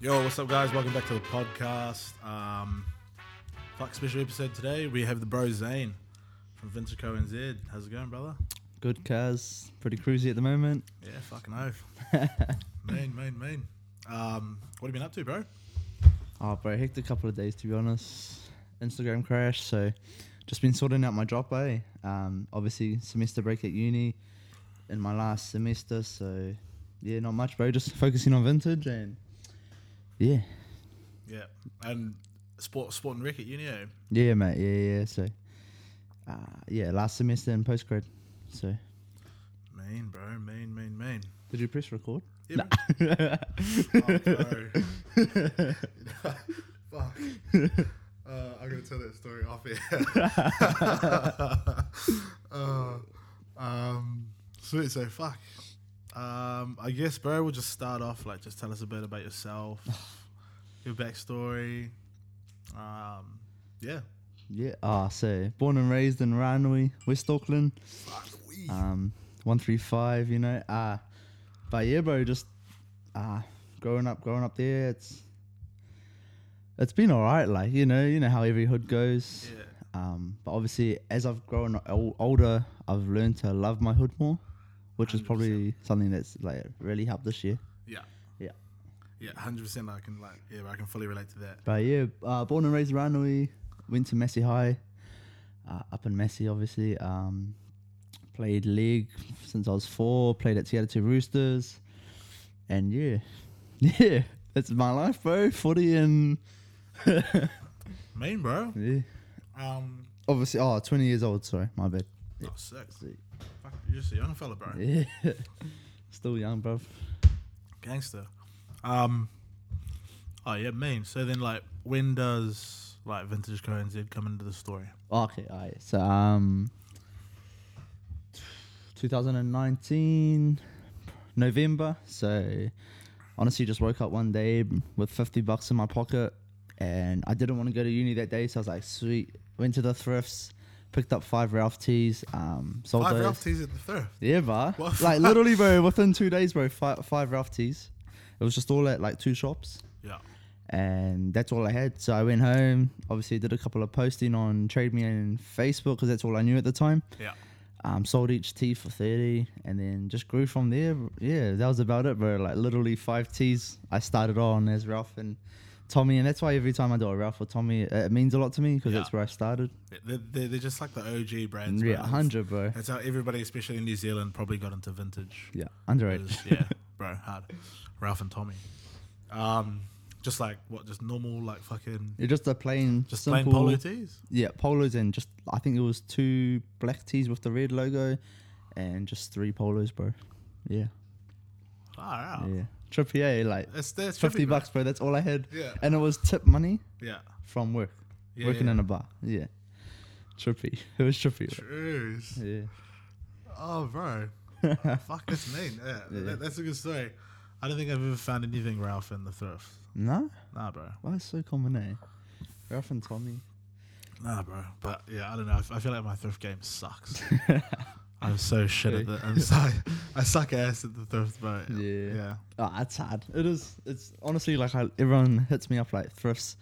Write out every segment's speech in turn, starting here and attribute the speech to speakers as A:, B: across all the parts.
A: Yo, what's up, guys? Welcome back to the podcast. Um, fuck special episode today. We have the bro Zane from Vintaco and Zed. How's it going, brother?
B: Good cars, pretty cruisy at the moment.
A: Yeah, fucking oath. mean, mean, mean. Um, what have you been up to, bro?
B: Oh, bro, hectic couple of days to be honest. Instagram crash, so just been sorting out my drop eh? Um, obviously semester break at uni in my last semester, so yeah, not much, bro. Just focusing on vintage and yeah,
A: Yeah, and sport, sport and rec at uni. eh?
B: yeah, mate, yeah, yeah. So uh, yeah, last semester in post grad. So
A: Mean, bro. Mean, mean, mean.
B: did you press record?
A: Yeah, bro. oh, bro. Fuck. Uh, I'm gonna tell that story off here. uh, um, sweet. So fuck. Um, I guess, bro, we'll just start off. Like, just tell us a bit about yourself, your backstory. Um, yeah.
B: Yeah. Ah, so born and raised in Ranui, West Auckland.
A: Fuck. we-
B: um, one three five. You know, uh, but yeah, bro, just uh, growing up, growing up there, it's it's been alright. Like you know, you know how every hood goes.
A: Yeah.
B: Um, but obviously, as I've grown o- older, I've learned to love my hood more, which is
A: 100%.
B: probably something that's like really helped this year.
A: Yeah.
B: Yeah.
A: Yeah. Hundred percent. I can like. Yeah, I can fully relate to that.
B: But yeah, uh, born and raised in Ranui, went to Massey High, uh, up in Massey, obviously. Um, played league since I was four, played at Seattle Two Roosters, and yeah, yeah, that's my life, bro. Footy and
A: Mean, bro.
B: yeah.
A: Um.
B: obviously, oh, 20 years old, sorry, my bad.
A: Oh, sick.
B: Sick.
A: Fuck, you're just a young fella, bro.
B: Yeah, still young, bro.
A: Gangster. Um. Oh yeah, mean. So then, like, when does like vintage Co and Z come into the story?
B: Okay, all right. So, um, 2019 November. So, honestly, just woke up one day with 50 bucks in my pocket, and I didn't want to go to uni that day. So I was like, sweet. Went to the thrifts, picked up five Ralph tees. Um, sold
A: Five
B: those.
A: Ralph T's at the thrift.
B: Yeah, bro.
A: What?
B: Like literally, bro. Within two days, bro. Five, five Ralph tees. It was just all at like two shops
A: Yeah.
B: and that's all I had. So I went home. Obviously, did a couple of posting on Trade Me and Facebook because that's all I knew at the time.
A: Yeah.
B: Um, sold each tee for thirty, and then just grew from there. Yeah, that was about it, bro. Like literally five tees I started on as Ralph and Tommy, and that's why every time I do a Ralph or Tommy, it, it means a lot to me because
A: Yeah.
B: that's where I started.
A: They're, they're, they're just like the OG brands.
B: Yeah,
A: bro.
B: hundred, bro.
A: That's how everybody, especially in New Zealand, probably got into vintage.
B: Yeah, underrated.
A: 'Cause, yeah, bro, hard. Ralph and Tommy. Um, just like what, just normal like fucking,
B: You're just a plain,
A: just
B: simple,
A: plain polo tees.
B: Yeah, polos and just I think it was two black tees with the red logo, and just three polos, bro. Yeah.
A: Far out.
B: Yeah. Trippy A, like
A: That's that's
B: 50
A: trippy, bro.
B: bucks, bro. That's all I had.
A: Yeah.
B: And it was tip money
A: Yeah.
B: from work,
A: yeah
B: working
A: yeah.
B: in a bar. Yeah. Trippy. It was trippy. bro.
A: Jeez.
B: Yeah.
A: Oh, bro. Fuck, that's mean. Yeah, That, that's a good story. I don't think I've ever found anything Ralph in the thrift.
B: No?
A: Nah, bro.
B: Why is so common, eh? Ralph and Tommy.
A: Nah, bro. But yeah, I don't know. I f- I feel like my thrift game sucks. I'm so shit at the. I'm so, I suck ass at the thrift, bro.
B: Yeah.
A: Yeah.
B: Oh, that's hard. It is. It's honestly like I, everyone hits me up like thrifts,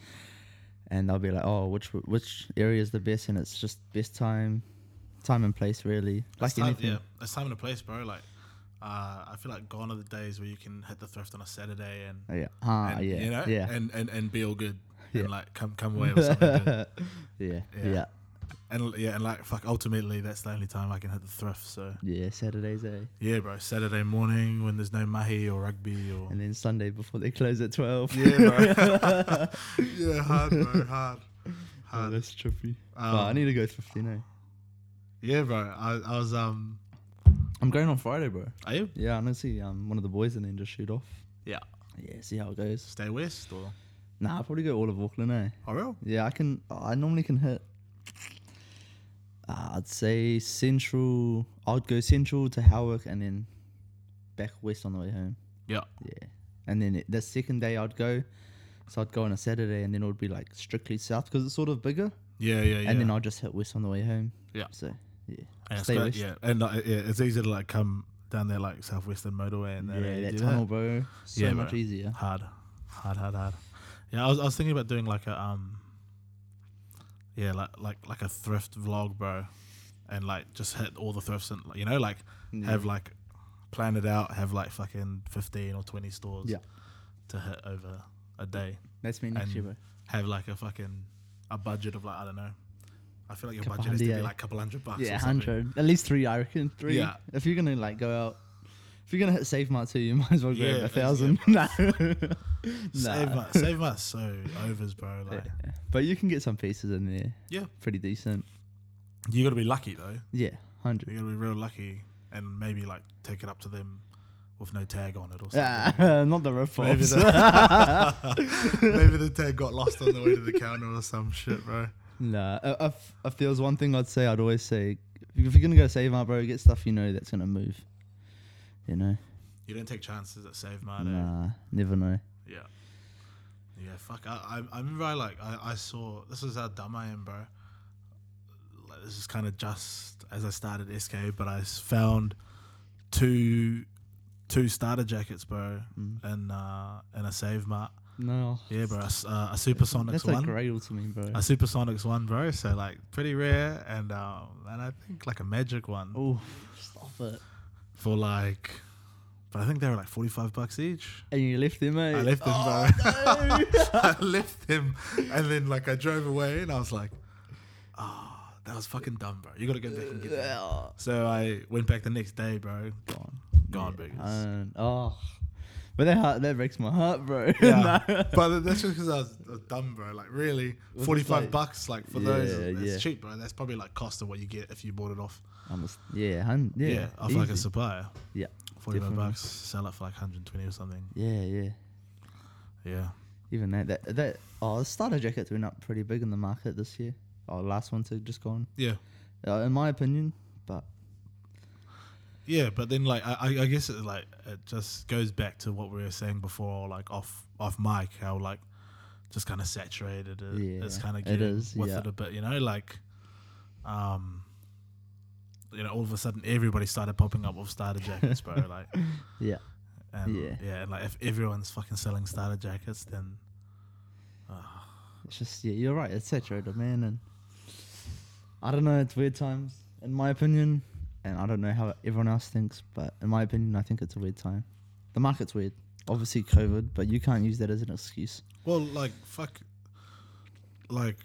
B: and they'll be like, "Oh, which which area is the best?" And it's just best time, time and place, really. Like
A: it's time,
B: anything.
A: yeah, it's time and a place, bro. Like, uh, I feel like gone are the days where you can hit the thrift on a Saturday and,
B: Yeah. Ah,
A: and,
B: yeah.
A: you know,
B: yeah.
A: and, and and be all good
B: Yeah.
A: and like come come away with something good.
B: yeah.
A: Yeah.
B: Yeah.
A: And l- yeah, and like fuck, ultimately that's the only time I can hit the thrift. So
B: Yeah. Saturdays, eh?
A: yeah, bro, Saturday morning when there's no mahi or rugby or
B: And then Sunday before they close at twelve.
A: yeah, bro, yeah, hard, bro, hard,
B: Oh,
A: hard.
B: that's trippy.
A: Um,
B: Oh, I need to go thrifty now.
A: Yeah, bro. I, I was um.
B: I'm going on Friday, bro.
A: Are you?
B: Yeah, I'm gonna see um one of the boys and then just shoot off.
A: Yeah.
B: Yeah, see how it goes.
A: Stay west or?
B: Nah, I'll probably go all of Auckland, eh?
A: Oh, real?
B: Yeah, I can. I normally can hit. Uh, I'd say central. I'd go central to Howick and then back west on the way home.
A: Yeah.
B: Yeah, and then it- the second day I'd go. So I'd go on a Saturday and then it would be like strictly south because it's sort of bigger.
A: Yeah, yeah, yeah.
B: And then I'd just hit west on the way home.
A: Yeah.
B: So yeah.
A: And it's
B: stay
A: got-
B: west.
A: Yeah, and uh, yeah, it's easy to like come down there like southwestern motorway and then
B: yeah,
A: yeah,
B: that
A: do
B: tunnel, bro. So
A: Yeah,
B: much
A: bro.
B: easier.
A: Hard. Hard, hard, hard. Yeah, I was, I was thinking about doing like a um, yeah, like like like a thrift vlog, bro, and like just hit all the thrifts and you know like
B: Mm.
A: have like plan it out, have like fucking fifteen or twenty stores,
B: Yeah.
A: to hit over a day.
B: That's me next
A: and
B: year, bro.
A: Have like a fucking a budget of like I don't know. I feel like your
B: Couple
A: budget has to be
B: hundy, eh?
A: like a couple hundred bucks.
B: Yeah,
A: or something.
B: hundred. At least three, I reckon. Three.
A: Yeah.
B: If you're gonna like go out, if you're gonna hit save mark too, you might as well grab
A: Yeah,
B: a
A: that's-
B: thousand. nah.
A: Save
B: Nah.
A: us, save us. So overs, bro. Like
B: Yeah. But you can get some pieces in there.
A: Yeah.
B: Pretty decent.
A: you gotta be lucky though.
B: Yeah, hundred.
A: You gotta be real lucky and maybe like take it up to them with no tag on it or something.
B: Ah, not the riff
A: Maybe
B: offs.
A: the, maybe the tag got lost on the way to the counter or some shit, bro.
B: Nah, i- if, if there was one thing I'd say, I'd always say, if you're gonna go save mark, bro, get stuff you know that's gonna move. You know,
A: You don't take chances at Save Mart. eh?
B: nah, never know.
A: Yeah. Yeah, fuck. I, I, I remember I like I, I saw this is how dumb I am, bro. Like this is kind of just as I started SK, but I s- found two two starter jackets, bro,
B: Mm.
A: and uh and a Save Mart.
B: No,
A: Yeah, bro, a, s- uh, a Supersonics
B: that's
A: one.
B: a grail to me, bro.
A: a Supersonics one, bro. So like pretty rare, and um, and I think like a Magic one
B: Oh, stop it!
A: for like, but I think they were like forty five bucks each.
B: And you left him, mate.
A: I left them,
B: Oh,
A: bro. I left him, and then like I drove away, and I was like, ah, that was fucking dumb, bro. You gotta go back and get them.
B: Yeah.
A: So I went back the next day, bro.
B: Gone.
A: Gone,
B: Yeah.
A: biggers.
B: Um, oh, but that heart that breaks my heart, bro.
A: Yeah, but that's just because I was I was dumb, bro. Like really,
B: Was it
A: forty five
B: like-
A: bucks, like for
B: Yeah,
A: those, it's
B: yeah.
A: cheap, bro. That's probably like cost of what you get if you bought it off.
B: Almost, yeah, hun- yeah,
A: yeah off like a
B: easy.
A: supplier.
B: Yeah,
A: 45
B: definitely.
A: bucks, sell it for like 120 or something.
B: yeah, yeah.
A: Yeah.
B: Even that, that, that. Oh, the starter jackets went up pretty big in the market this year. Oh, last one to just gone.
A: Yeah.
B: Uh, in my opinion, but
A: Yeah, but then like I, I- I guess it like it just goes back to what we were saying before, like off off mic, how like just kind of saturated it, it's
B: Yeah,
A: kind
B: it
A: of getting
B: is,
A: with
B: yeah.
A: it a bit, you know, like um, you know, all of a sudden everybody started popping up with starter jackets, bro. like
B: Yeah.
A: and,
B: Yeah.
A: yeah, and like if everyone's fucking selling starter jackets, then
B: it's just yeah, you're right. It's saturated, man, and I don't know. It's weird times, in my opinion, and I don't know how everyone else thinks, but in my opinion, I think it's a weird time. The market's weird. Obviously, COVID, but you can't use that as an excuse.
A: Well, like fuck, like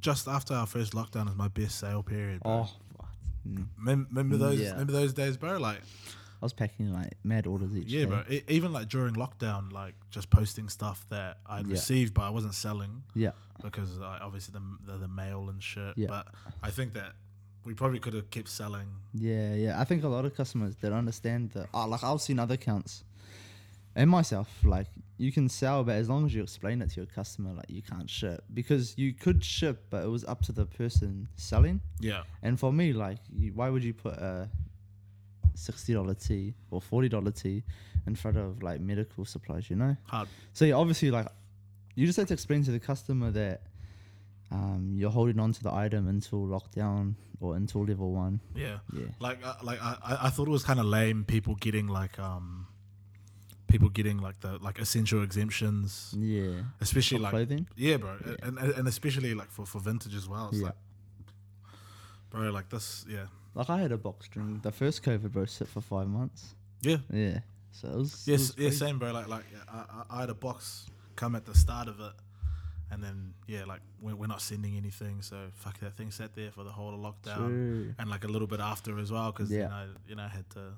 A: just after our first lockdown is my best sale period. Bro.
B: Oh, fuck. Mm.
A: Mem- remember those?
B: Yeah.
A: Remember those days, bro? Like,
B: I was packing like mad orders each
A: yeah,
B: day.
A: bro. E- even like during lockdown, like just posting stuff that I'd
B: Yeah.
A: received, but I wasn't selling
B: Yeah,
A: because like, obviously the, the the mail and shit.
B: Yeah.
A: But I think that we probably could have kept selling.
B: yeah, yeah. I think a lot of customers don't understand that. Oh, like I've seen other accounts, and myself, like you can sell, but as long as you explain it to your customer, like you can't ship because you could ship, but it was up to the person selling.
A: Yeah,
B: And for me, like, you, why would you put a sixty dollar tea or forty dollar tea in front of like medical supplies? You know.
A: hard.
B: So yeah, obviously, like, you just have to explain to the customer that um, you're holding on to the item until lockdown or until level one.
A: Yeah.
B: Yeah.
A: Like, uh, like I, I- I thought it was kind of lame. People getting like um, people getting like the like essential exemptions,
B: Yeah.
A: especially
B: For
A: like
B: clothing.
A: Yeah, bro, And, and and especially like for for vintage as well. It's
B: Yeah.
A: like, bro, like this, yeah,
B: Like I had a box during the first COVID, bro, sit for five months.
A: yeah,
B: Yeah. So it was. it
A: yes,
B: was
A: yeah,
B: crazy.
A: same, bro. Like like I, I, I had a box come at the start of it, and then yeah, like we're, we're not sending anything, so fuck that thing sat there for the whole of lockdown,
B: True.
A: and like a little bit after as well, because
B: Yeah.
A: you know you know I had to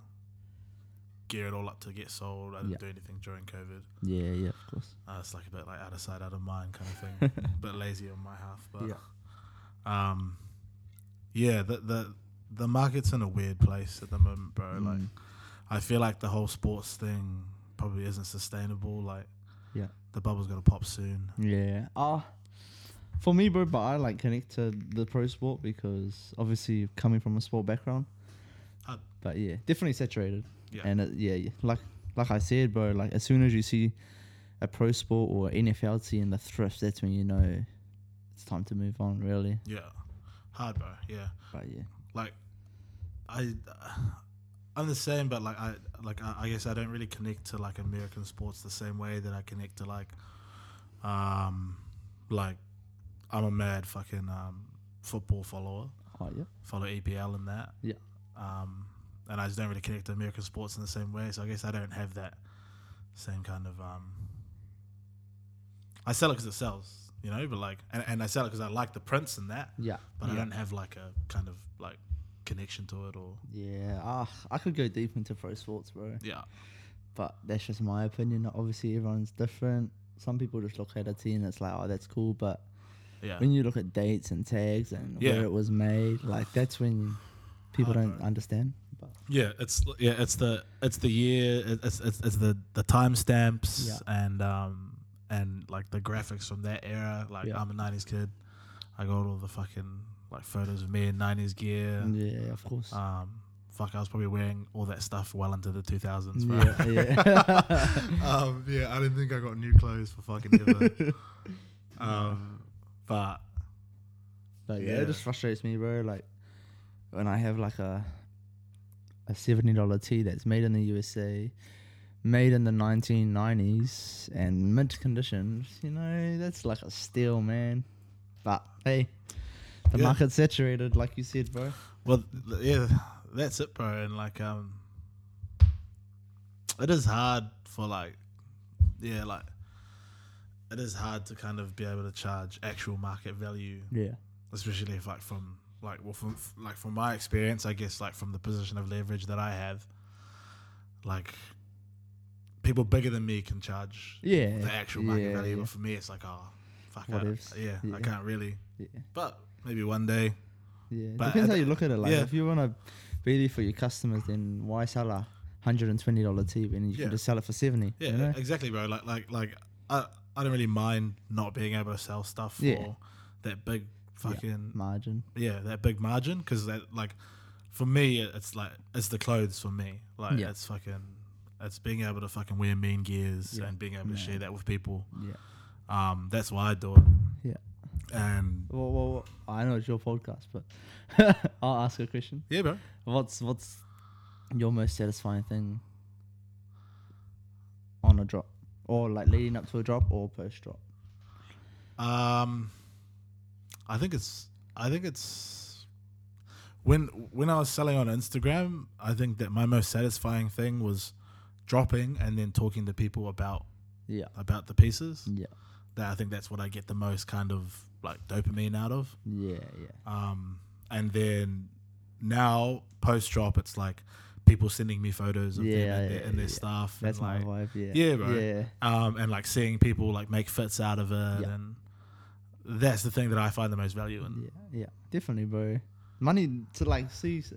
A: gear it all up to get sold. I didn't
B: Yeah.
A: do anything during COVID.
B: Yeah, yeah, of course.
A: Uh, it's like a bit like out of sight, out of mind kind of thing. a bit lazy on my half, but
B: Yeah.
A: um, yeah, the the the market's in a weird place at the moment, bro. Like,
B: Mm.
A: I feel like the whole sports thing probably isn't sustainable. Like,
B: Yeah.
A: the bubble's gonna pop soon.
B: Yeah. Uh, for me, bro, but I like connect to the pro sport because obviously coming from a sport background.
A: Uh,
B: But yeah, definitely saturated.
A: Yeah.
B: And it, yeah, yeah, like like I said, bro, like as soon as you see a pro sport or NFL team in the thrift, that's when you know it's time to move on, really.
A: Yeah, hard, bro. Yeah,
B: But yeah.
A: like I I'm the same, but like I like I, I guess I don't really connect to like American sports the same way that I connect to like, um, like I'm a mad fucking um football follower,
B: Oh yeah.
A: follow EPL and that.
B: Yeah.
A: Um, and I just don't really connect to American sports in the same way, so I guess I don't have that same kind of um. I sell it because it sells, you know, but like, and, and I sell it because I like the prints and that,
B: Yeah.
A: but I
B: yeah.
A: don't have like a kind of like connection to it or
B: Yeah, ah, I could go deep into pro sports, bro.
A: yeah.
B: But that's just my opinion. Obviously, everyone's different. Some people just look at a team and it's like, oh, that's cool. But
A: Yeah.
B: when you look at dates and tags and
A: Yeah.
B: where it was made, like that's when people
A: Hard,
B: don't
A: bro.
B: understand. But
A: Yeah, it's yeah, it's the it's the year, it's it's, it's the the timestamps
B: Yeah.
A: and um and like the graphics from that era. Like
B: Yeah.
A: I'm a '90s kid, I got all the fucking like photos of me in '90s gear.
B: yeah, of course.
A: Um, fuck, I was probably wearing all that stuff well into the 2000s. Bro.
B: yeah, yeah.
A: um, yeah, I didn't think I got new clothes for fucking ever. um, but
B: But yeah.
A: Yeah.
B: it just frustrates me, bro. Like when I have like a a seventy dollar tee that's made in the USA, made in the nineteen nineties, and mint condition. You know, that's like a steal, man. But hey, the
A: Yeah.
B: market's saturated, like you said, bro.
A: Well, th- yeah, that's it, bro. And like, um, it is hard for like, yeah, like, it is hard to kind of be able to charge actual market value,
B: Yeah,
A: especially if like from like well from f- like from my experience, I guess like from the position of leverage that I have, like, people bigger than me can charge
B: yeah,
A: the actual market
B: yeah,
A: value,
B: yeah.
A: but for me, it's like, oh, fuck,
B: What
A: I,
B: ifs?
A: yeah,
B: Yeah.
A: I can't really,
B: Yeah,
A: but maybe one day,
B: yeah.
A: But
B: Depends
A: I
B: how you
A: d-
B: look at it. Like,
A: yeah.
B: if you want to be there for your customers, then why sell a hundred and twenty dollar tee when you
A: Yeah.
B: can just sell it for seventy?
A: Yeah,
B: you know?
A: exactly, bro. Like, like, like, I, I don't really mind not being able to sell stuff
B: Yeah.
A: for that big fucking
B: margin.
A: yeah, that big margin because that like for me it's like it's the clothes for me like
B: Yeah.
A: it's fucking it's being able to fucking wear mean gears
B: Yeah.
A: and being able to
B: Yeah.
A: share that with people.
B: Yeah.
A: Um, that's why I do it.
B: Yeah.
A: And
B: Well, well, well, I know it's your podcast, but I'll ask a question.
A: yeah, bro.
B: What's what's your most satisfying thing on a drop, or like leading up to a drop, or post drop?
A: Um, I think it's I think it's when when I was selling on Instagram, I think that my most satisfying thing was dropping and then talking to people about
B: Yeah,
A: about the pieces.
B: yeah,
A: That I think that's what I get the most kind of like dopamine out of.
B: yeah,
A: Um, and then now post drop, it's like people sending me photos of them
B: Yeah,
A: and their,
B: yeah,
A: and their
B: yeah.
A: stuff.
B: That's
A: and
B: my
A: like,
B: vibe. Yeah,
A: yeah, bro.
B: Yeah,
A: um, and like seeing people like make fits out of it,
B: Yeah.
A: and that's the thing that I find the most value in.
B: yeah, yeah, definitely, bro. Money to like see s-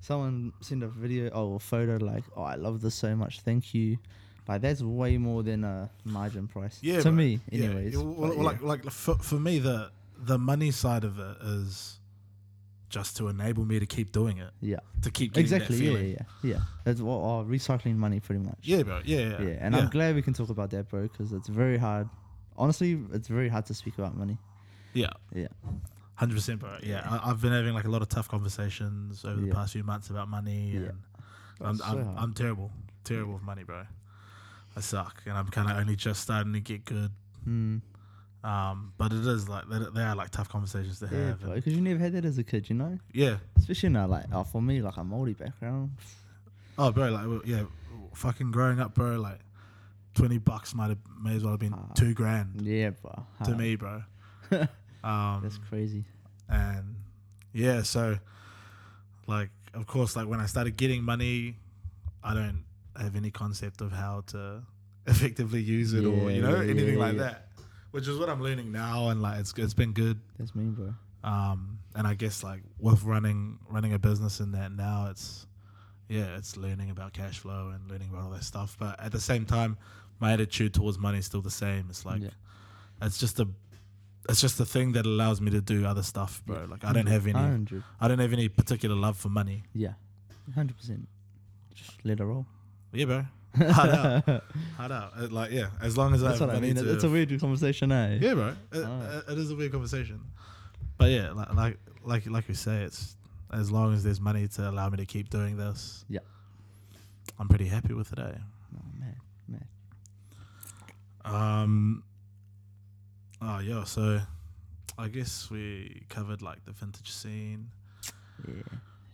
B: someone send a video or a photo like, oh, I love this so much, thank you. Like that's way more than a margin price.
A: Yeah,
B: to
A: bro.
B: me,
A: Yeah,
B: anyways.
A: it- well,
B: but
A: well, like like for, for me the the money side of it is just to enable me to keep doing it,
B: yeah.
A: to keep getting
B: Exactly.
A: That
B: Yeah,
A: feeling.
B: yeah, yeah. That's what oh, recycling money, pretty much.
A: yeah, bro. Yeah, yeah.
B: Yeah, and I'm glad we can talk about that, bro, because it's very hard. Honestly, it's very hard to speak about money.
A: yeah,
B: Yeah.
A: hundred percent, bro. Yeah, I, I've been having like a lot of tough conversations over the
B: Yeah.
A: past few months about money,
B: Yeah.
A: and I'm
B: That's so
A: I'm,
B: hard.
A: I'm terrible, terrible with money, bro. I suck, and I'm kind of only just starting to get good.
B: Mm,
A: Um, but it is like they, they are like tough conversations to
B: yeah,
A: have.
B: bro,
A: and-
B: because you never had that as a kid, you know.
A: yeah.
B: Especially now, like oh, for me, like a Maori background.
A: Oh, bro. Like, well, yeah. Fucking growing up, bro. Like, twenty bucks might have may as well have been
B: Ah.
A: two grand
B: Yeah, bro.
A: to
B: hard.
A: me, bro. um,
B: that's crazy.
A: and yeah, so like, of course, like when I started getting money, I don't have any concept of how to effectively use it or
B: Yeah,
A: you know
B: yeah,
A: anything
B: yeah,
A: like
B: yeah.
A: that, which is what I'm learning now, and like it's it's been good.
B: That's me, bro.
A: um, and I guess like with running running a business in that now it's yeah it's learning about cash flow and learning about all that stuff but at the same time my attitude towards money is still the same it's like
B: Yeah.
A: it's just a it's just a thing that allows me to do other stuff bro
B: Yeah.
A: like I don't have any
B: Hundred.
A: I don't have any particular love for money
B: Yeah, hundred percent. Just let it roll.
A: yeah bro hard out hard out Uh, like yeah as long as I have
B: that's what I
A: money
B: mean.
A: to
B: It's a weird conversation, eh?
A: yeah bro it,
B: Ah.
A: it is a weird conversation but yeah like like like like we say it's as long as there's money to allow me to keep doing this
B: Yeah.
A: I'm pretty happy with it, eh?
B: Oh, man.
A: Um. Oh yeah, so I guess we covered like the vintage scene.
B: Yeah.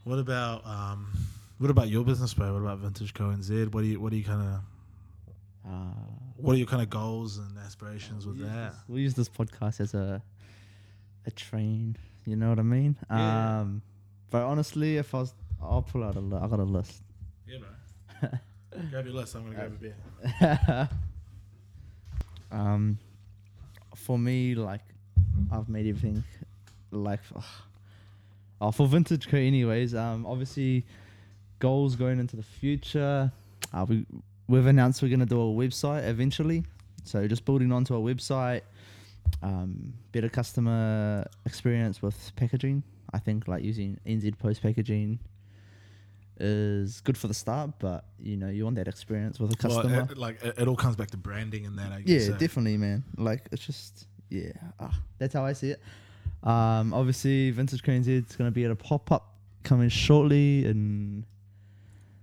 A: What about um? What about your business, bro? What about Vintage Co and Z? What do you What do you kind of
B: Uh,
A: What are your kind of goals and aspirations with that?
B: We use this podcast as a a train. You know what I mean?
A: Yeah.
B: Um, but honestly, if I was, I'll pull out a li- I got a list.
A: Yeah, bro. grab your list. I'm gonna grab a beer.
B: um, for me, like, I've made everything like, ugh. oh, for vintage car, anyways. Um, obviously, goals going into the future. Uh, we we've announced we're gonna do a website eventually, so just building onto a website. Um, better customer experience with packaging. I think like using NZ Post packaging is good for the start, but you know you want that experience with a
A: Well,
B: customer.
A: it, like it, it all comes back to branding and that. I
B: Yeah,
A: guess. eh?
B: definitely, man. Like it's just yeah, ah, that's how I see it. Um, obviously, Vintage Queens it's gonna be at a pop up coming shortly in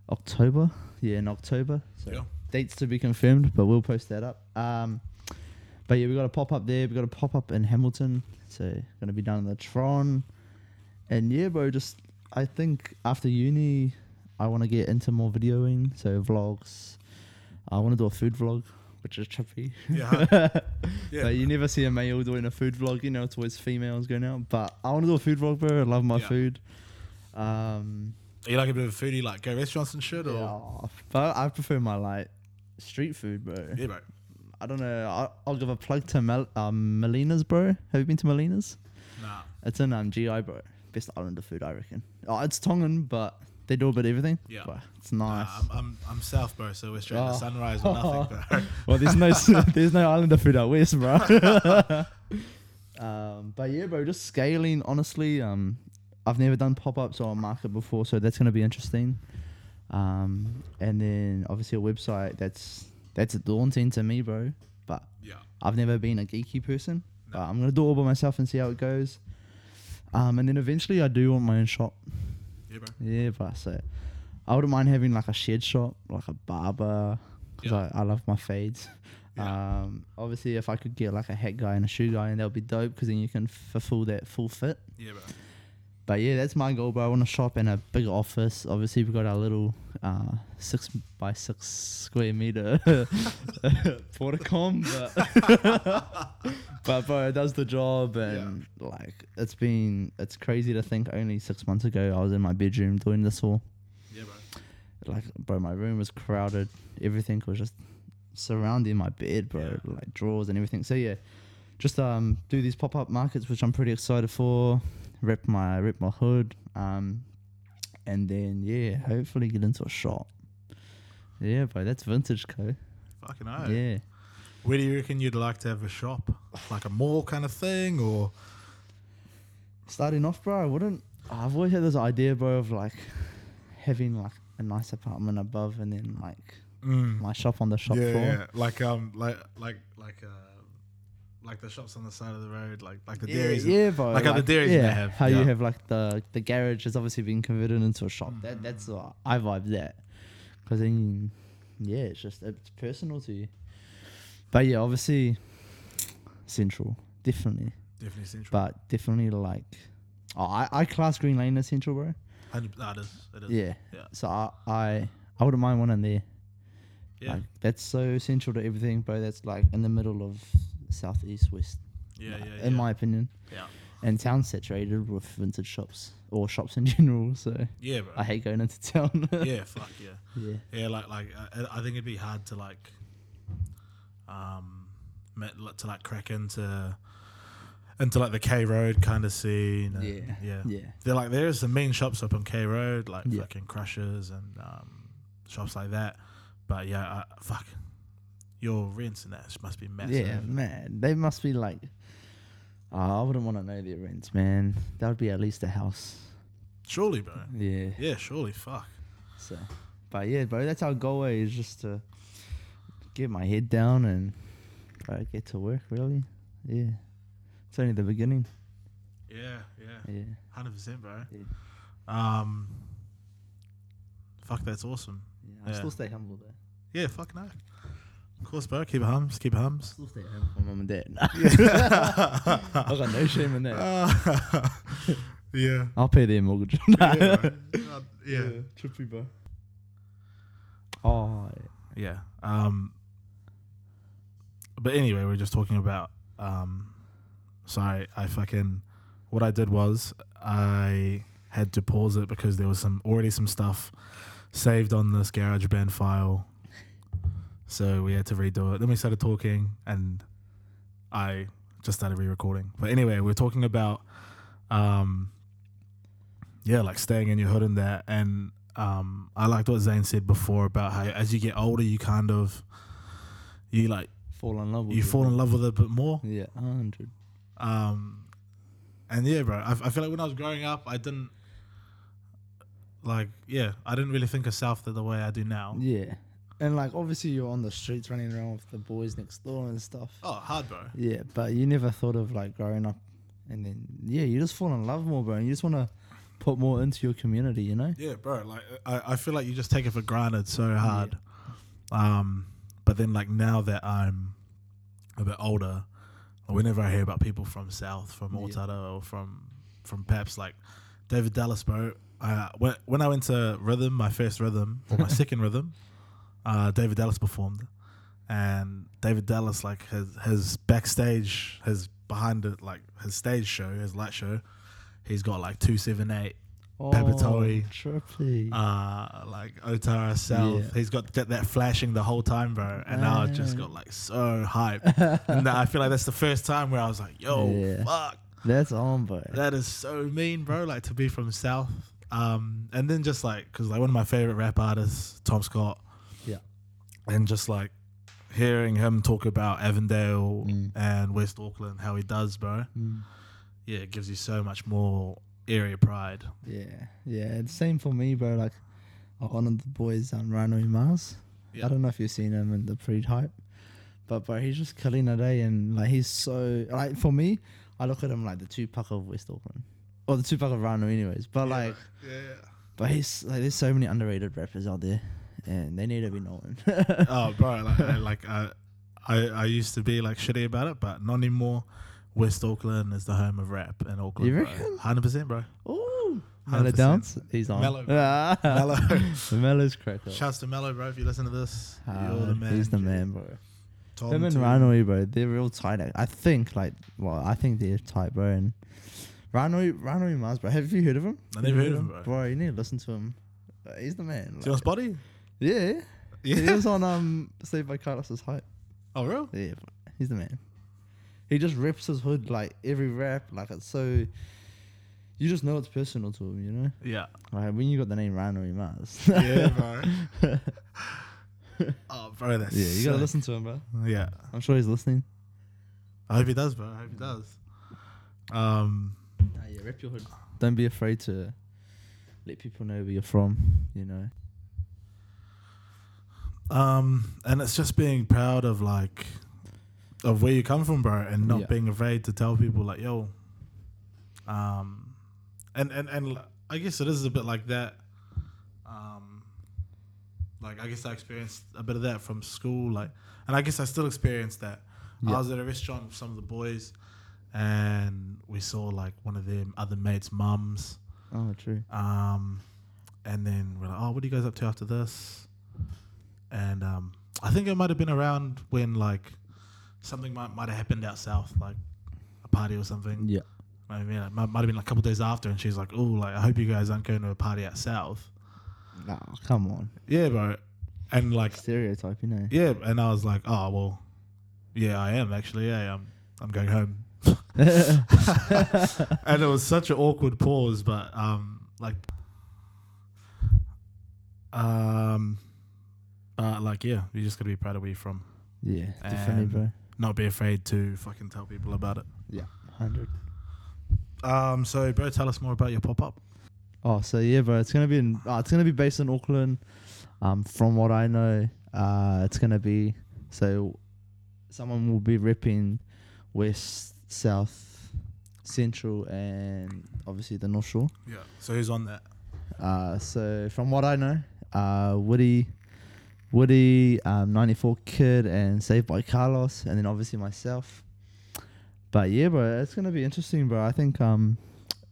B: October. Yeah, in October. So
A: Yeah.
B: dates to be confirmed, but we'll post that up. Um, but yeah, we got a pop up there. We got a pop up in Hamilton. So gonna be down in the Tron, and yeah, bro. Just I think after uni, I want to get into more videoing, so vlogs. I want to do a food vlog, which is trippy.
A: Yeah. Yeah.
B: Like, you never see a male doing a food vlog, you know, it's always females going out. But I want to do a food vlog, bro. I love my
A: Yeah.
B: food. Um,
A: Are you like a bit of a foodie, like go restaurants and shit, or
B: yeah, but I prefer my like street food, bro.
A: yeah, bro.
B: I don't know. I'll, I'll give a plug to Mel- um, Melina's, bro. Have you been to Melina's?
A: Nah.
B: It's in um, GI, bro. Best islander food, I reckon. Oh, it's Tongan, but they do a bit of everything.
A: Yeah.
B: But it's nice.
A: Nah, I'm, I'm I'm south, bro. So we're straight to
B: Oh.
A: sunrise or nothing, bro.
B: Well, there's no there's no islander food out west, bro. um, but yeah, bro, just scaling. Honestly, um, I've never done pop ups or a market before, so that's gonna be interesting. Um, and then obviously a website that's that's daunting to me, bro. But
A: Yeah.
B: I've never been a geeky person. But I'm gonna do it all by myself and see how it goes. Um, and then eventually I do want my own shop.
A: Yeah, bro.
B: Yeah, but so I wouldn't mind having like a shed shop, like a barber, because
A: Yeah.
B: I, I love my fades.
A: Yeah.
B: Um, obviously, if I could get like a hat guy and a shoe guy, and that would be dope, because then you can fulfill that full fit.
A: Yeah, bro.
B: But yeah, that's my goal, bro. I want a shop and a big office. Obviously, we've got our little uh, six by six square meter porticom, but, but bro, it does the job. And like, it's been, it's crazy to think only six months ago I was in my bedroom doing this all
A: Yeah, bro.
B: like bro my room was crowded everything was just surrounding my bed bro
A: Yeah.
B: like drawers and everything so yeah just um do these pop-up markets which i'm pretty excited for rip my rip my hood um and then yeah hopefully get into a shop yeah bro that's vintage co
A: Fucking hell.
B: yeah
A: Where do you reckon you'd like to have a shop? Like a mall kind of thing, or
B: starting off bro i wouldn't i've always had this idea bro of like having like a nice apartment above and then like my shop on the shop
A: Mm. yeah,
B: floor
A: yeah, like um, like like like uh, like the shops on the side of the road, like like the dairies. and-
B: yeah, bro.
A: like how the dairies they
B: yeah,
A: have,
B: How
A: yeah.
B: you have like the the garage has obviously been converted into a shop.
A: Mm.
B: That that's what I vibe that, because then yeah, it's just it's personal to you. But yeah, obviously central definitely,
A: Definitely central.
B: but definitely like oh, I I class Green Lane as central, bro.
A: Hundred. Nah, it is. It is.
B: Yeah.
A: Yeah.
B: So I I I wouldn't mind one in there.
A: Yeah.
B: Like, that's so central to everything, bro. That's like in the middle of southeast west,
A: yeah, yeah,
B: in
A: yeah.
B: my opinion
A: yeah,
B: and town's saturated with vintage shops or shops in general. So
A: yeah, bro.
B: I hate going into town.
A: yeah, fuck yeah.
B: yeah,
A: Yeah, like like uh, I, I think it'd be hard to like, um, ma- like, to like crack into, into like the K Road kind of scene. and-
B: Yeah.
A: yeah,
B: yeah,
A: They're like there's the main shops up on K Road, like
B: Yeah.
A: fucking Crushers and um, shops like that. But yeah, I, fuck, your rents and that must be massive.
B: yeah, man. They must be like, oh, I wouldn't want to know their rents, man. That would be at least a house.
A: surely, bro.
B: Yeah.
A: Yeah, surely, fuck.
B: So, but yeah, bro, that's our goal eh, is just to get my head down and bro, get to work. Really, yeah. It's only the beginning.
A: Yeah, yeah.
B: Yeah.
A: Hundred percent, bro.
B: Yeah.
A: Um, fuck, that's awesome.
B: Yeah, I
A: Yeah.
B: still stay humble though.
A: Yeah, fuck no. Of course, bro. Keep it hums. Keep it hums.
B: Still stay at home with my mum and dad.
A: yeah.
B: I got no shame in that.
A: Uh, yeah.
B: I'll pay their mortgage.
A: Yeah, bro. Uh, yeah.
B: trippy bro. Oh,
A: Yeah. Um. But anyway, we are just talking about. Um, sorry, I fucking. What I did was I had to pause it because there was some already some stuff saved on this GarageBand file, so we had to redo it. Then we started talking, and I just started re-recording. But anyway, we are talking about. Um, yeah, like staying in your hood and that, and um, I liked what Zane said before about how as you get older, you kind of you like
B: fall in love with
A: you
B: it,
A: fall
B: bro.
A: in love with it a bit more.
B: Yeah, hundred.
A: Um, and yeah, bro, I, I feel like when I was growing up, I didn't like yeah, I didn't really think of South the, the way I do now.
B: Yeah, and like obviously you're on the streets running around with the boys next door and stuff.
A: Oh, hard, bro.
B: Yeah, but you never thought of like growing up, and then yeah, you just fall in love more, bro. And you just want to put more into your community, you know?
A: Yeah, bro. Like I, I feel like you just take it for granted so hard. Um, but then like now that I'm a bit older, whenever I hear about people from South, from
B: Yeah.
A: Otara, or from from Peps, like David Dallas, bro. Uh, when when I went to Rhythm, my first Rhythm or my second Rhythm, uh, David Dallas performed, and David Dallas like his his backstage, his behind it, like his stage show, his light show. He's got like two seven eight
B: Oh,
A: Papatoi.
B: trippy.
A: uh like Otara South.
B: Yeah. Ah.
A: He's got that, that flashing the whole time, bro. And I just
B: Man.
A: got like so hyped. and I feel like that's the first time where I was like, yo,
B: Yeah.
A: fuck.
B: That's on, bro.
A: That is so mean, bro. Like to be from South. Um, and then just like, cause like one of my favorite rap artists, Tom Scott.
B: Yeah.
A: And just like hearing him talk about Avondale
B: Mm.
A: and West Auckland, how he does, bro.
B: Mm.
A: Yeah, it gives you so much more area pride.
B: Yeah, yeah. It's same for me, bro. Like, I honored the boys on Rhino Mars.
A: Yeah.
B: I don't know if you've seen him in the pre-hype, but bro, he's just killing it, eh? And like, he's so like for me, I look at him like the Tupac of West Auckland, or the Tupac of Rhino, anyways. But like,
A: Yeah.
B: but he's like, there's so many underrated rappers out there, and they need to be known.
A: oh, bro, like, I, like I, I, I used to be like shitty about it, but not anymore. West Auckland is the home of rap in Auckland.
B: You
A: bro.
B: reckon?
A: 100%, bro.
B: Ooh, Mellow
A: 100%.
B: Dance, he's on.
A: Mellow,
B: Mellow,
A: Mellow.
B: Mellow's cracker.
A: Shouts to Mellow, bro. If you listen to this, you're
B: Ah,
A: the man.
B: He's the
A: G.
B: man, bro.
A: Told
B: Him
A: him
B: and
A: to.
B: Ranoi, bro, they're real tight. like, I think, like, well, I think they're tight, bro. And Ranoi, Ranoi Mars, bro, have you heard of him?
A: I never heard of him, bro.
B: Bro, you need to listen to him. Uh, he's the man.
A: Is he on
B: like-
A: Spotty?
B: yeah, he was on um Saved by Carlos's hype.
A: oh, real?
B: Yeah, bro, he's the man. He just rips his hood like every rap, like it's so. You just know it's personal to him, you know.
A: Yeah.
B: Like when you got the name Ranoi Mars.
A: Yeah, bro. oh, bro, that's.
B: yeah, you gotta
A: sick.
B: listen to him, bro.
A: Yeah.
B: I'm sure he's listening.
A: I hope he does, bro. I hope he does. Um,
B: Nah, yeah, rep your hood. Don't be afraid to let people know where you're from. You know.
A: um, and it's just being proud of like, of where you come from, bro, and not
B: Yeah.
A: being afraid to tell people like, yo, um, and and and l- I guess it is a bit like that. Um, like I guess I experienced a bit of that from school, like, and I guess I still experience that.
B: Yeah.
A: I was at a restaurant with some of the boys, and we saw like one of them other mates' mums.
B: Oh, true.
A: Um, and then we're like, oh, what are you guys up to after this? And um, I think it might have been around when like something might might have happened out south, like a party or something.
B: Yeah.
A: I mean, it might, might have been like a couple days after, and she's like, oh, like I hope you guys aren't going to a party out south.
B: Nah, come on.
A: Yeah, bro. And like,
B: Stereotype, you know.
A: yeah, and I was like, oh well, yeah, I am actually. Yeah, I'm I'm going home. and it was such an awkward pause, but um, like, um, uh, like yeah, you just gotta be proud of where you're from.
B: Yeah, definitely,
A: And-
B: bro.
A: Not be afraid to fucking tell people about it.
B: Hundred.
A: Um, so bro, tell us more about your pop up.
B: Oh, so yeah, bro. It's gonna be in. Uh, it's gonna be based in Auckland. Um, from what I know, uh, it's gonna be so. Someone will be ripping west, south, central, and obviously the north shore.
A: Yeah. So who's on that?
B: Uh, so from what I know, uh, Woody, Woody, um, 94 Kid, and Saved by Carlos, and then obviously myself. But yeah, bro, it's gonna be interesting, bro. I think um,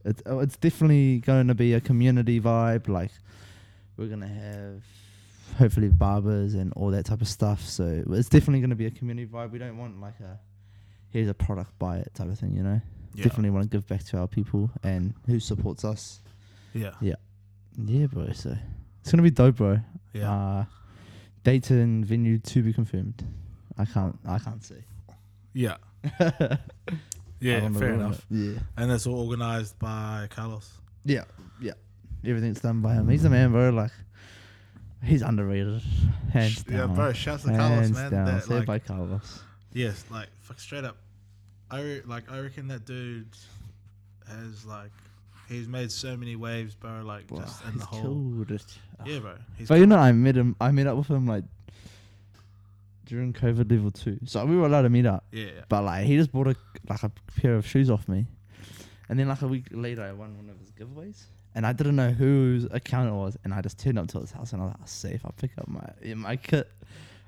B: it's oh, it's definitely going to be a community vibe. Like we're gonna have hopefully barbers and all that type of stuff. So it's definitely gonna be a community vibe. We don't want like a here's a product buy it type of thing, you know.
A: Yeah.
B: Definitely want to give back to our people and who supports us.
A: Yeah.
B: Yeah, bro. So it's gonna be dope, bro.
A: Yeah.
B: Uh, date and venue to be confirmed. I can't. I can't say.
A: yeah.
B: I
A: Yeah.
B: wanna
A: Fair
B: ruin
A: enough.
B: it. Yeah.
A: And that's all organized by Carlos.
B: Yeah. Yeah. Everything's done by him. He's the man, bro. Like, he's underrated. Hands
A: Sh- yeah,
B: down.
A: bro. Shouts to Carlos,
B: Hands
A: man.
B: down.
A: That, like,
B: Saved by Carlos.
A: yes, like fuck straight up. I re- like. I reckon that dude has like. He's made so many waves, bro. Like
B: Bro,
A: just in
B: he's
A: the whole.
B: killed it.
A: Yeah, bro. He's
B: But you know, I met him. I met up with him like during COVID level two. So we were allowed to meet up.
A: yeah. yeah.
B: But like he just bought a like a pair of shoes off me, and then like a week later I won one of his giveaways, and I didn't know whose account it was, and I just turned up to his house and I was like, safe, I'll pick up my yeah, my kit,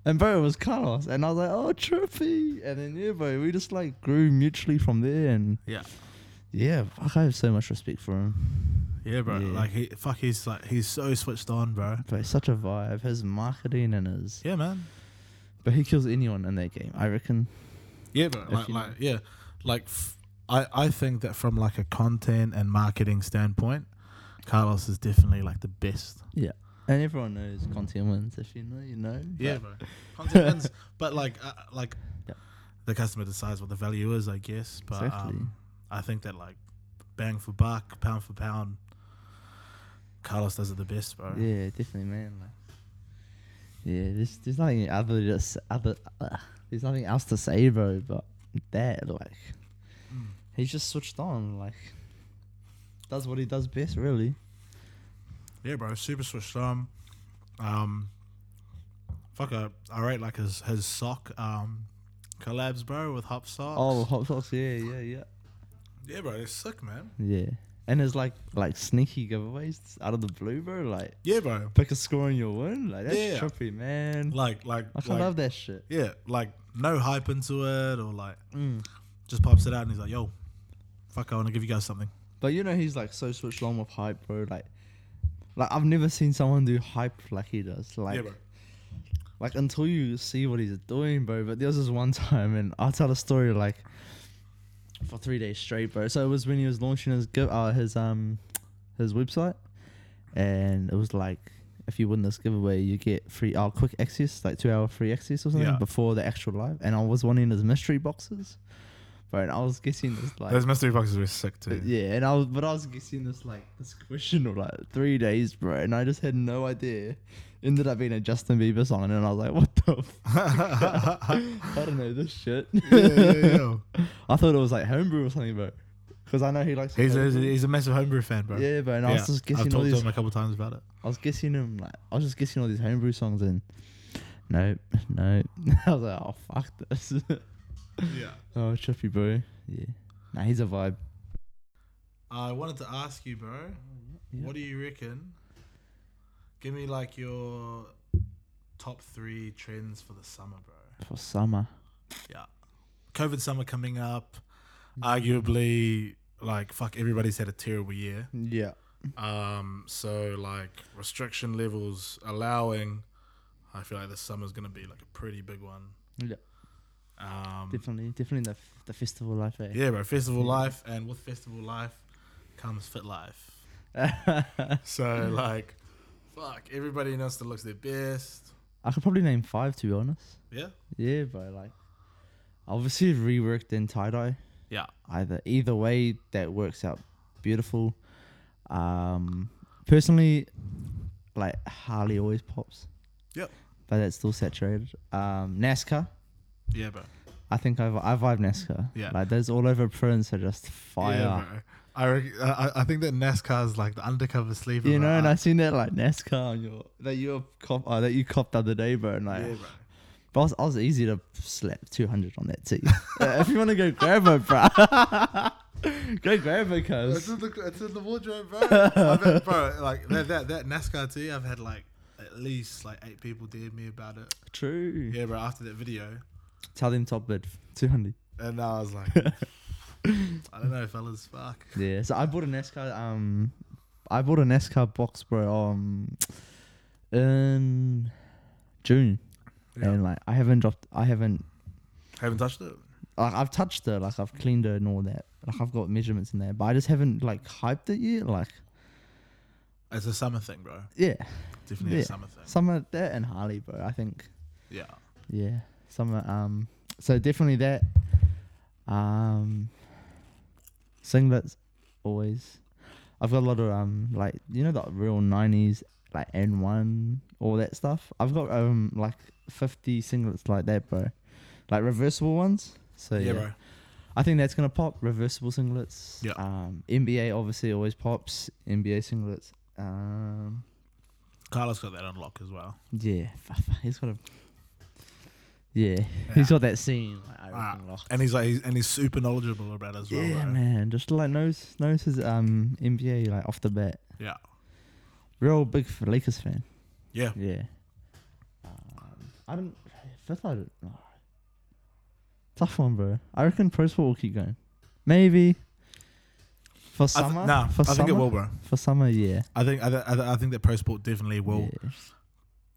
B: and bro it was Carlos, and I was like, oh trippy, and then yeah bro we just like grew mutually from there, and
A: Yeah.
B: yeah fuck I have so much respect for him,
A: Yeah, bro.
B: Yeah.
A: Like he fuck. He's like he's so switched on, bro.
B: bro he's such a vibe, his marketing and his,
A: Yeah, man.
B: but he kills anyone in that game, I reckon,
A: Yeah, bro.
B: If
A: Like,
B: you know.
A: like yeah, like f- I I think that from like a content and marketing standpoint, Carlos is definitely like the best.
B: and everyone knows content wins if you know you know,
A: Yeah,
B: but-
A: bro. Content wins, but like uh, like
B: Yeah.
A: the customer decides what the value is, I guess. But
B: Exactly.
A: um, I think that like bang for buck, pound for pound, Carlos does it the best, bro.
B: Yeah, definitely, man. Like, yeah, there's there's nothing other to s- other uh, there's nothing else to say, bro. But that like
A: Mm.
B: he's just switched on, like does what he does best, really.
A: Yeah, bro. Super switched on. Um, fuck, I, I rate like his his sock um collabs, bro, with Hop Socks.
B: Oh, hot sauce, yeah, yeah, yeah,
A: Yeah, bro, it's sick, man.
B: yeah. And it's like like sneaky giveaways out of the blue, bro. Like
A: Yeah, bro.
B: pick a score and you'll win. Like that's
A: Yeah.
B: trippy, man.
A: Like, like,
B: Like,
A: like
B: I love that shit.
A: yeah, like no hype into it, or like
B: Mm.
A: just pops it out and he's like, "Yo, fuck, I want to give you guys something."
B: But you know he's like so switched on with hype, bro. Like, like I've never seen someone do hype like he does. Like,
A: yeah, bro.
B: like until you see what he's doing, bro. But there was this one time, and I'll tell a story like for three days straight, bro. So it was when he was launching his give, uh, his um his website, and it was like if you win this giveaway, you get free uh, quick access, like two hour free access or something
A: Yeah.
B: before the actual live. And I was wanting his mystery boxes, bro. And I was guessing this like
A: Those mystery boxes were sick too.
B: but yeah, and I was, but I was guessing this like this question of like three days, bro, and I just had no idea. Ended up being a Justin Bieber song, and then I was like, "What the? F- I don't know this shit."
A: yeah, yeah,
B: I thought it was like homebrew or something, bro, because I know he likes.
A: He's a,
B: homebrew.
A: he's a massive homebrew fan, bro.
B: yeah, bro, and I was just
A: I've
B: guessing all
A: talked to
B: these.
A: him a couple times about it.
B: I was guessing him like I was just guessing all these homebrew songs, and no, no, I was like, "Oh fuck this!"
A: Yeah.
B: oh, trippy, bro. Yeah, nah, he's a vibe.
A: I wanted to ask you, bro.
B: yeah.
A: What do you reckon? Give me like your top three trends for the summer, bro.
B: For summer,
A: COVID summer coming up. Arguably, like fuck, everybody's had a terrible year.
B: yeah.
A: Um, so like restriction levels allowing, I feel like this summer's gonna be like a pretty big one.
B: Yeah.
A: Um,
B: Definitely, definitely the, f- the festival life. Eh?
A: yeah, bro. Festival life, and with festival life comes fit life. So
B: Mm.
A: like, fuck, everybody knows to look their best.
B: I could probably name five to be honest.
A: Yeah.
B: Yeah, bro. Like, obviously reworked and tie dye.
A: Yeah.
B: Either either way, that works out beautiful. Um, personally, like Harley always pops.
A: Yep.
B: But that's still saturated. Um, NASCAR.
A: Yeah, bro.
B: I think I I vibe NASCAR.
A: Yeah.
B: Like those all over prints are just fire.
A: Yeah, bro. I, rec- I I think that NASCAR's like the undercover sleeper.
B: You
A: bro.
B: know, and
A: I-
B: I seen that like NASCAR on your that you cop uh, that you copped the other day, bro. And like,
A: yeah, bro.
B: But I was, I was easy to slap 200 on that too. Uh, if you want to go grab it, bro. go grab it,
A: It's
B: cuz.
A: in the, it's in the wardrobe, bro. I bet, bro, like that, that, that NASCAR tee I've had like at least like eight people DM me about it.
B: True.
A: Yeah, bro. After that video,
B: Tell them top bid two hundred.
A: and I was like, I don't know, fellas. Fuck.
B: Yeah. So I bought a NASCAR. Um, I bought a NASCAR box, bro. Um, in June,
A: Yeah.
B: and like I haven't dropped. I haven't.
A: Haven't touched it.
B: Like I've touched it. Like I've cleaned it and all that. Like I've got measurements in there, but I just haven't like hyped it yet. Like
A: It's a summer thing, bro.
B: yeah,
A: Definitely a
B: Yeah.
A: summer thing.
B: some of that and Harley, bro. I think
A: Yeah.
B: yeah, some of, um. So definitely that. Um. Singlets, always. I've got a lot of um like you know that real nineties like N one all that stuff. I've got um like fifty singlets like that, bro. Like reversible ones. So yeah,
A: yeah, bro.
B: I think that's gonna pop. Reversible singlets.
A: Yeah.
B: Um, NBA obviously always pops. NBA singlets. Um,
A: Carlos got that unlocked as well.
B: yeah, he's got a. Yeah,
A: Yeah.
B: he's got that scene. Like, I
A: Ah,
B: reckon, locked.
A: and he's like, he's, and he's super knowledgeable about it as well.
B: yeah,
A: bro.
B: man, just like knows knows his um NBA like off the bat.
A: Yeah.
B: Real big f- Lakers fan.
A: Yeah.
B: Yeah. Um, I don't. Fifth, I don't know. Tough one, bro. I reckon Pro Sport will keep going. Maybe. For
A: I th-
B: summer.
A: nah,
B: for
A: I
B: summer.
A: think it will, bro.
B: For summer, yeah.
A: I think I, th- I, th- I think that pro sport definitely will
B: yeah.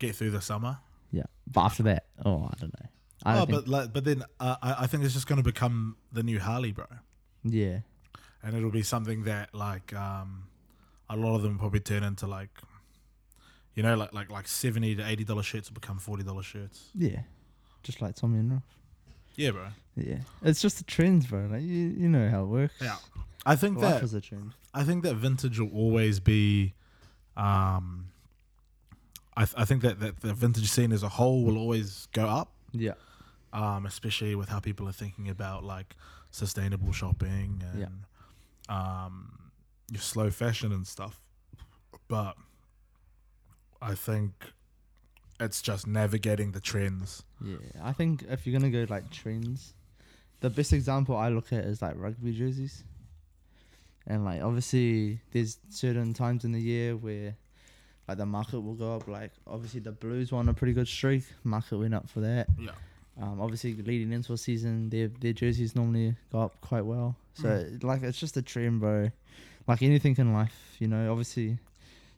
A: get through the summer.
B: yeah. But after that, oh, I don't know. I
A: oh,
B: don't think,
A: but like, but then uh, I I think it's just going to become the new Harley, bro,
B: yeah.
A: and it'll be something that like um, a lot of them probably turn into like, you know, like like like seventy to eighty dollar shirts will become forty dollar shirts.
B: Yeah. Just like Tommy and Ralph.
A: Yeah, bro.
B: Yeah. It's just the trends, bro. Like you, you know how it works.
A: Yeah, I think
B: Life
A: that
B: is a trend.
A: I think that vintage will always be, um, I th- I think that that the vintage scene as a whole will always go up.
B: Yeah.
A: um, especially with how people are thinking about like sustainable shopping and um, your slow fashion and stuff. But I think it's just navigating the trends.
B: Yeah. I think if you're gonna go like trends, the best example I look at is like rugby jerseys. And like obviously there's certain times in the year where like the market will go up. Like obviously the blues won a pretty good streak. Market went up for that.
A: Yeah,
B: Um, obviously, leading into a season, their their jerseys normally go up quite well. So, like, it's just a trend, bro. Like anything in life, you know. Obviously,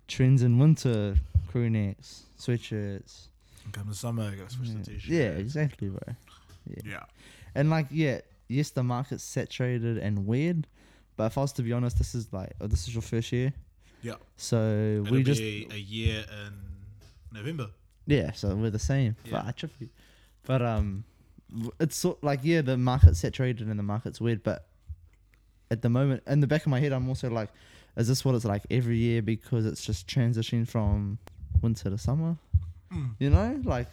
B: trends in winter, crew necks, sweatshirts.
A: come the summer, you gotta switch
B: Yeah.
A: the t-shirt.
B: yeah, exactly, bro.
A: yeah,
B: And like, yeah, yes, the market's saturated and weird, but if I was to be honest, this is like, oh, this is your first year.
A: Yeah.
B: So
A: It'll
B: we
A: be
B: just
A: a year in November.
B: Yeah, so we're the same.
A: Yeah.
B: But I trip you. But um, w- it's sort like yeah, the market's saturated and the market's weird. But at the moment, in the back of my head, I'm also like, is this what it's like every year because it's just transitioning from winter to summer?
A: Mm.
B: You know, like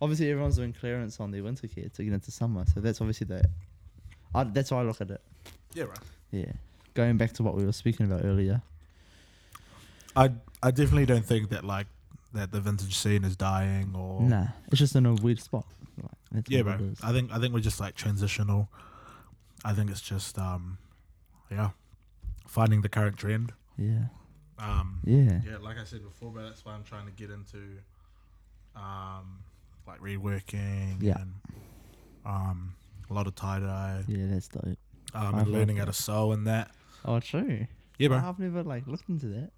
B: obviously everyone's doing clearance on their winter gear to get into summer, so that's obviously the. I, that's how I look at it.
A: Yeah, right.
B: Yeah, going back to what we were speaking about earlier.
A: I I definitely don't think that like that the vintage scene is dying or
B: Nah, it's just in a weird spot. Like, that's
A: Yeah,
B: all
A: bro.
B: it is.
A: I think I think we're just like transitional. I think it's just um, yeah, finding the current trend.
B: Yeah,
A: Um,
B: yeah.
A: yeah, like I said before, bro. That's why I'm trying to get into, um, like reworking.
B: Yeah.
A: And, um, a lot of tie dye.
B: Yeah, that's dope.
A: Um,
B: I
A: and
B: love
A: learning how
B: that.
A: to sew and that.
B: Oh, true.
A: Yeah, bro.
B: I've never like looked into that.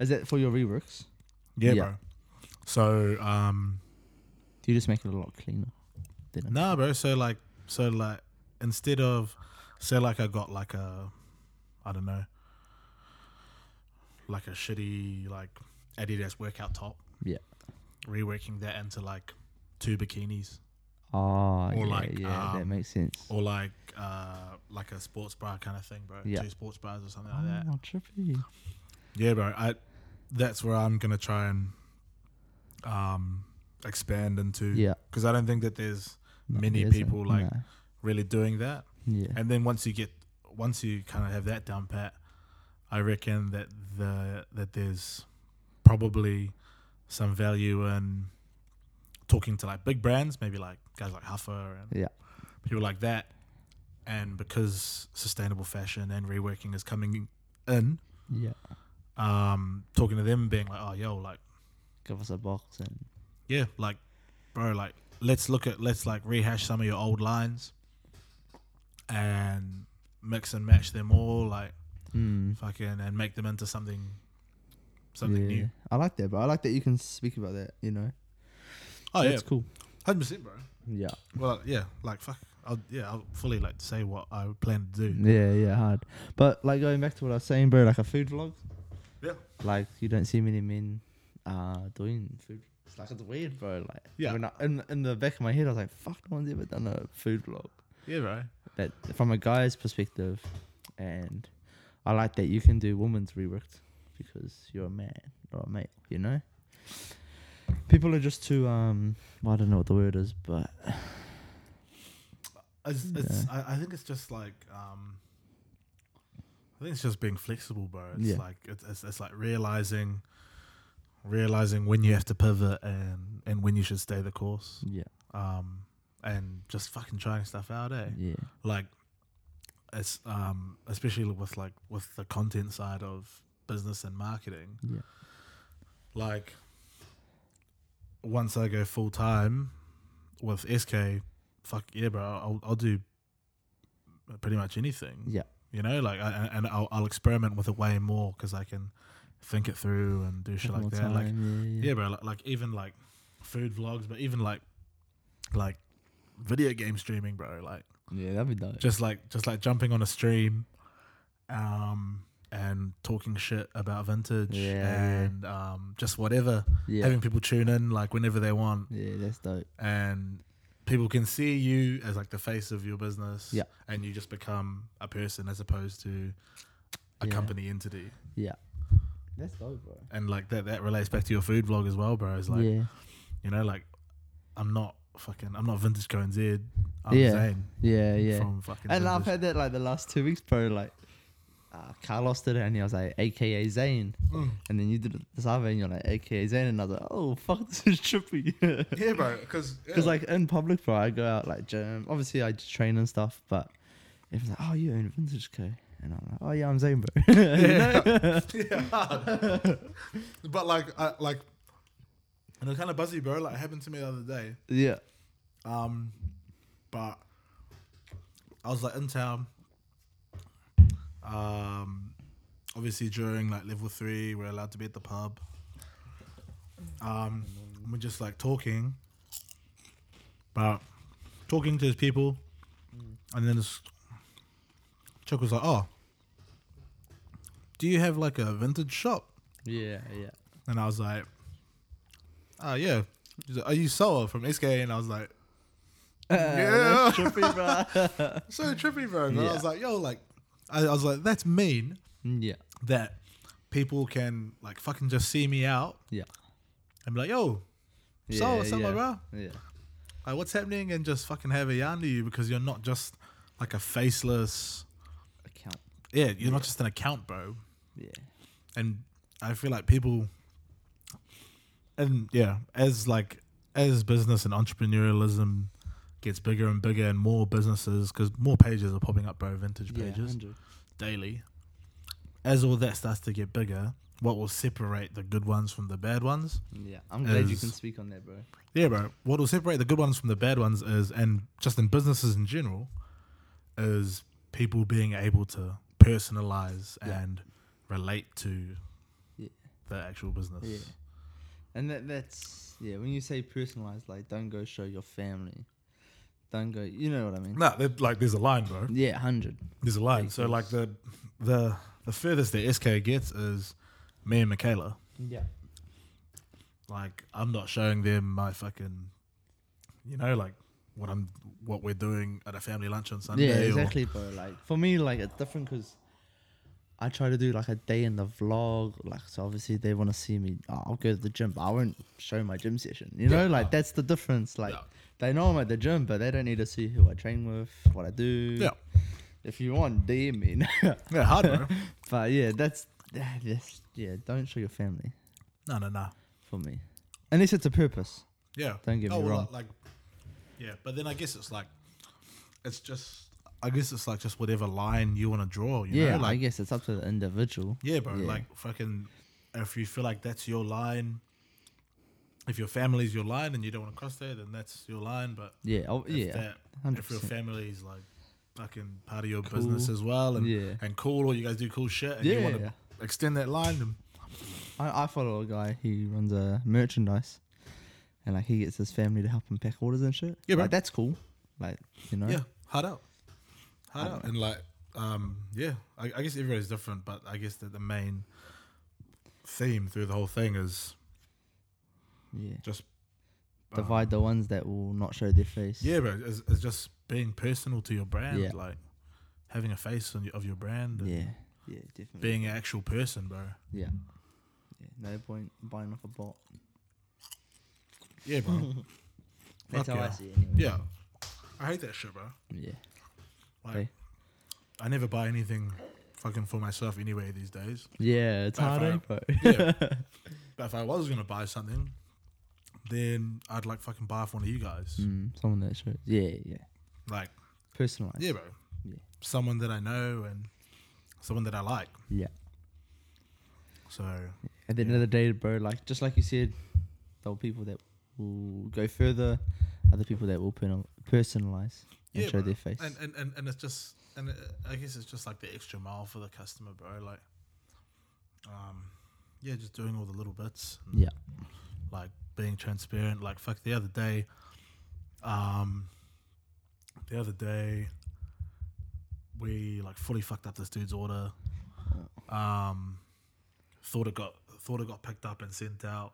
B: Is that for your reworks?
A: Yeah,
B: yeah.
A: bro. So um,
B: Do you just make it a lot cleaner? Than it-
A: nah, bro. So like, so like, instead of, say like I got like a, I don't know, like a shitty like Adidas workout top.
B: Yeah.
A: Reworking that into like two bikinis
B: Oh,
A: Or
B: yeah,
A: like,
B: yeah, that
A: um,
B: makes sense.
A: or like uh like a sports bra kind of thing, bro.
B: Yeah.
A: Two sports bras or something like that.
B: oh, trippy.
A: Yeah, bro. I that's where I'm gonna try and um expand into.
B: Yeah.
A: Because I don't think that there's
B: No,
A: Many
B: there's a-
A: people, like-
B: no.
A: really doing that.
B: Yeah.
A: And then once you get, once you kind of have that down pat, I reckon that the that there's probably some value in talking to like big brands, maybe like guys like Huffer and
B: Yeah.
A: people like that. And because sustainable fashion and reworking is coming in,
B: Yeah.
A: um, talking to them, being like, "Oh, yo, like,
B: give us a box and
A: Yeah, like, bro, like, let's look at, let's like rehash some of your old lines and mix and match them all, like,
B: mm,
A: fucking, and make them into something, something
B: yeah.
A: new.
B: I like that, but I like that you can speak about that. You know,
A: Oh,
B: that's cool.
A: yeah, 100%, bro.
B: Yeah,
A: Well, yeah, like, fuck. I'll, yeah, I'll fully like say what I plan to do.
B: yeah, yeah, hard. But like going back to what I was saying, bro, like a food vlog.
A: Yeah.
B: Like you don't see many men uh doing food. It's like it's weird, bro. Like
A: Yeah.
B: when I, in in the back of my head, I was like, fuck, no one's ever done a food vlog.
A: Yeah, bro.
B: That from a guy's perspective, and I like that you can do women's reworked because you're a man or a male. You know. People are just too um. Well, I don't know what the word is, but
A: It's, it's, I, I think it's just like um, I think it's just being flexible, bro. It's
B: Yeah.
A: like it's, it's it's like realizing realizing when you have to pivot and and when you should stay the course.
B: yeah,
A: Um, and just fucking trying stuff out, eh?
B: yeah,
A: Like it's um, especially with like with the content side of business and marketing.
B: yeah,
A: Like once I go full time with SK, fuck yeah, bro, I'll I'll do pretty much anything.
B: yeah.
A: You know, like I, and- and I'll I'll experiment with it way more because I can think it through and do shit like
B: Have more
A: that. Like
B: time,
A: yeah, bro, like, like even like food vlogs, but even like like video game streaming, bro. Like
B: yeah, that'd be dope.
A: just like just like jumping on a stream um and talking shit about vintage
B: Yeah, yeah.
A: and um just whatever
B: yeah,
A: having people tune in like whenever they want
B: yeah, that's dope.
A: and people can see you as like the face of your business
B: Yeah.
A: and you just become a person as opposed to a
B: Yeah.
A: company entity
B: Yeah, that's dope, bro.
A: and like that that relates back to your food vlog as well bro it's like
B: yeah,
A: you know like i'm not fucking i'm not vintage Cohen Z. i'm
B: Yeah,
A: Zane
B: yeah, yeah.
A: from fucking
B: and I've
A: Vintage.
B: had that like the last two weeks, bro. Like, uh, Carlos did it, and he was like, "AKA Zane,"
A: Mm.
B: and then you did it this other, and you're like, "AKA Zane," and I was like, "Oh fuck, this is trippy." Because
A: yeah bro because
B: like in public, bro, I go out like gym. Obviously, I train and stuff, but if like, "Oh, you own Vintage Co," and I'm like, "Oh yeah, I'm Zane, bro."
A: Yeah. Yeah. but like, I, like, and I'm kind of buzzy, bro. Like, it happened to me the other day.
B: yeah,
A: Um, but I was like in town. Um, obviously during like level three, we're allowed to be at the pub. Um, and we're just like talking, but talking to these people, and then this chick was like, "Oh, do you have like a vintage shop?"
B: yeah, yeah.
A: And I was like, "Oh yeah." She's like, Are you Soa from SK? And I was like.
B: Uh,
A: Yeah.
B: that's trippy, bro.
A: so trippy, bro. And I
B: Yeah.
A: was like, yo, like, I, I was like, that's mean
B: yeah,
A: that people can like fucking just see me out
B: yeah.
A: and be like, yo,
B: yeah
A: so what's up, my
B: yeah,
A: bro?
B: Yeah.
A: Like, what's happening? And just fucking have a yarn to you because you're not just like a faceless.
B: Account.
A: Yeah, you're not just an account, bro.
B: Yeah.
A: and I feel like people and yeah, as like as business and entrepreneurialism gets bigger and bigger and more businesses because more pages are popping up bro vintage
B: Yeah,
A: pages
B: 100.
A: daily as all that starts to get bigger what will separate the good ones from the bad ones
B: Yeah, I'm glad you
A: As-
B: can speak on that, bro.
A: yeah bro what will separate the good ones from the bad ones is and just in businesses in general is people being able to personalize
B: Yeah.
A: and relate to
B: Yeah.
A: the actual business
B: Yeah. And that that's yeah, when you say personalized, like don't go show your family. Don't go you know what I mean?
A: No, they're- like there's a line, bro.
B: Yeah, hundred.
A: There's a line.
B: Makes
A: So like the the the furthest that SK gets is me and Michaela.
B: Yeah.
A: Like I'm not showing them my fucking, you know, like what I'm what we're doing at a family lunch on Sunday.
B: yeah,
A: or-
B: exactly, bro. Like for me, like it's different because I try to do like a day in the vlog. Like so, obviously they want to see me. Oh, I'll go to the gym, but I won't show my gym session. You know, like that's the difference. Like
A: Yeah.
B: they know I'm at the gym, but they don't need to see who I train with, what I do.
A: yeah,
B: If you want, DM me.
A: yeah, hard, bro.
B: But yeah, that's that- that's yeah. Don't show your family
A: no, no, no.
B: for me, unless it's a purpose.
A: Yeah. Oh,
B: Don't get me
A: well,
B: wrong.
A: Like, yeah, but then I guess it's like, it's just. I guess it's like just whatever line you want to draw. You
B: yeah,
A: know?
B: I
A: like
B: guess it's up to the individual.
A: Yeah, bro.
B: Yeah.
A: Like fucking, if you feel like that's your line, if your family's your line and you don't want to cross there, then that's your line. But
B: Yeah, oh,
A: if
B: yeah,
A: that,
B: hundred
A: if your
B: percent.
A: family's like fucking part of your
B: Cool.
A: business as well, and
B: Yeah,
A: and cool, or you guys do cool shit, and you want
B: yeah.
A: to extend that line, then
B: I, I follow a guy. He runs a merchandise, and like he gets his family to help him pack orders and shit.
A: Yeah, bro.
B: like that's cool. Like you know.
A: yeah, hard out, hard
B: I
A: out,
B: dunno.
A: and like um yeah, I, I guess everybody's different, but I guess that the main theme through the whole thing is
B: Yeah.
A: just um,
B: Divide the ones that will not show their face.
A: Yeah, bro. It's, it's just being personal to your brand,
B: Yeah.
A: like having a face on your, of your brand, and
B: Yeah. Yeah. Definitely.
A: being an actual person, bro.
B: Yeah. Yeah. No point buying off a bot.
A: Yeah, bro.
B: That's
A: Fuck
B: how I
A: yeah.
B: see it. Anyway.
A: yeah, I hate that shit, bro.
B: Yeah.
A: Like,
B: Hey.
A: I never buy anything fucking for myself anyway these days.
B: Yeah. It's
A: If
B: hard,
A: I-
B: eh, bro.
A: Yeah, but if I was gonna buy something, then I'd like fucking buy it for one of you guys,
B: mm, someone that shows. Yeah. Yeah.
A: like
B: Personalized.
A: yeah, bro.
B: Yeah.
A: Someone that I know and someone that I like.
B: Yeah.
A: So
B: At the end of the day, bro, like just like you said, there are people that will go further, other people that will per- personalize and
A: Yeah,
B: show
A: bro.
B: their face.
A: and and and, and it's just and uh, I guess it's just like the extra mile for the customer, bro. Like, um, yeah, just doing all the little bits. and,
B: Yeah.
A: Like being transparent. Like fuck the other day, um, the other day, we like fully fucked up this dude's order. Um, thought it got thought it got picked up and sent out,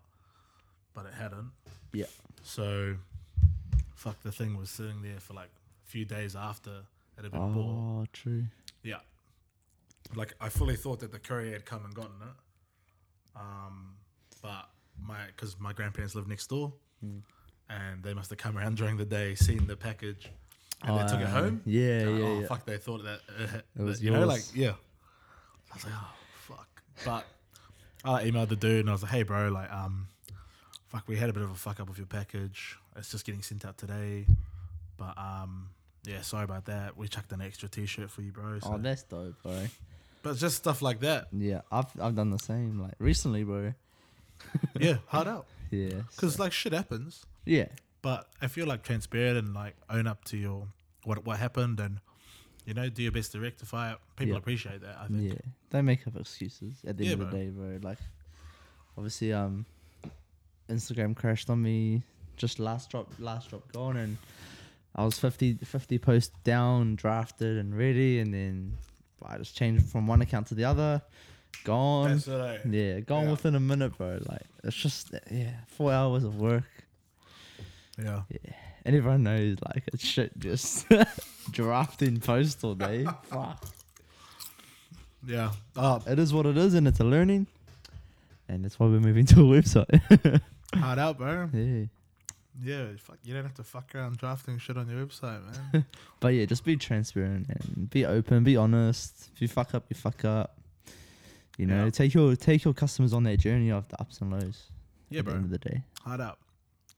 A: but it hadn't.
B: Yeah.
A: So, fuck, the thing was sitting there for like a few days after it had been bought.
B: Oh, true.
A: Yeah. Like, I fully thought that the courier had come and gotten it. Um, but my, because my grandparents live next door
B: Hmm.
A: and they must have come around during the day, seen the package, and they took it
B: Uh,
A: home.
B: Yeah,
A: Like,
B: yeah,
A: oh,
B: yeah.
A: fuck, they thought that, uh,
B: It was
A: you know, like,
B: yours.
A: yeah. I was like, oh, fuck. But I emailed the dude and I was like, hey, bro, like, um, fuck, we had a bit of a fuck up with your package. It's just getting sent out today. But, um, yeah, sorry about that. We chucked an extra t shirt for you, bro. So.
B: Oh, that's dope, bro.
A: but it's just stuff like that.
B: Yeah, I've I've done the same like recently, bro.
A: Yeah, hard out.
B: Yeah,
A: Because, like, shit happens.
B: yeah,
A: But if you're like transparent and like own up to your what what happened and you know do your best to rectify it, people
B: Yeah.
A: appreciate that. I think.
B: yeah. Don't make up excuses at the end
A: Yeah,
B: of the
A: bro.
B: day, bro. Like, obviously, um, Instagram crashed on me just last drop, last drop gone, and I was 50, 50 posts down, drafted and ready, and then I just changed from one account to the other, gone.
A: That's what I-
B: yeah, gone
A: yeah.
B: within a minute, bro. Like it's just yeah, four hours of work,
A: yeah.
B: and everyone knows like it's shit just drafting posts all day. Fuck.
A: Yeah. Oh,
B: it is what it is, and it's a learning, and that's why we're moving to a website.
A: hard out, bro.
B: yeah,
A: Yeah. Fuck, you don't have to fuck around drafting shit on your website, man.
B: but yeah, just be transparent and be open, be honest. If you fuck up, you fuck up. You know,
A: Yeah.
B: take your take your customers on their journey of the ups and lows.
A: yeah,
B: at the end
A: bro.
B: of the day,
A: Hard out.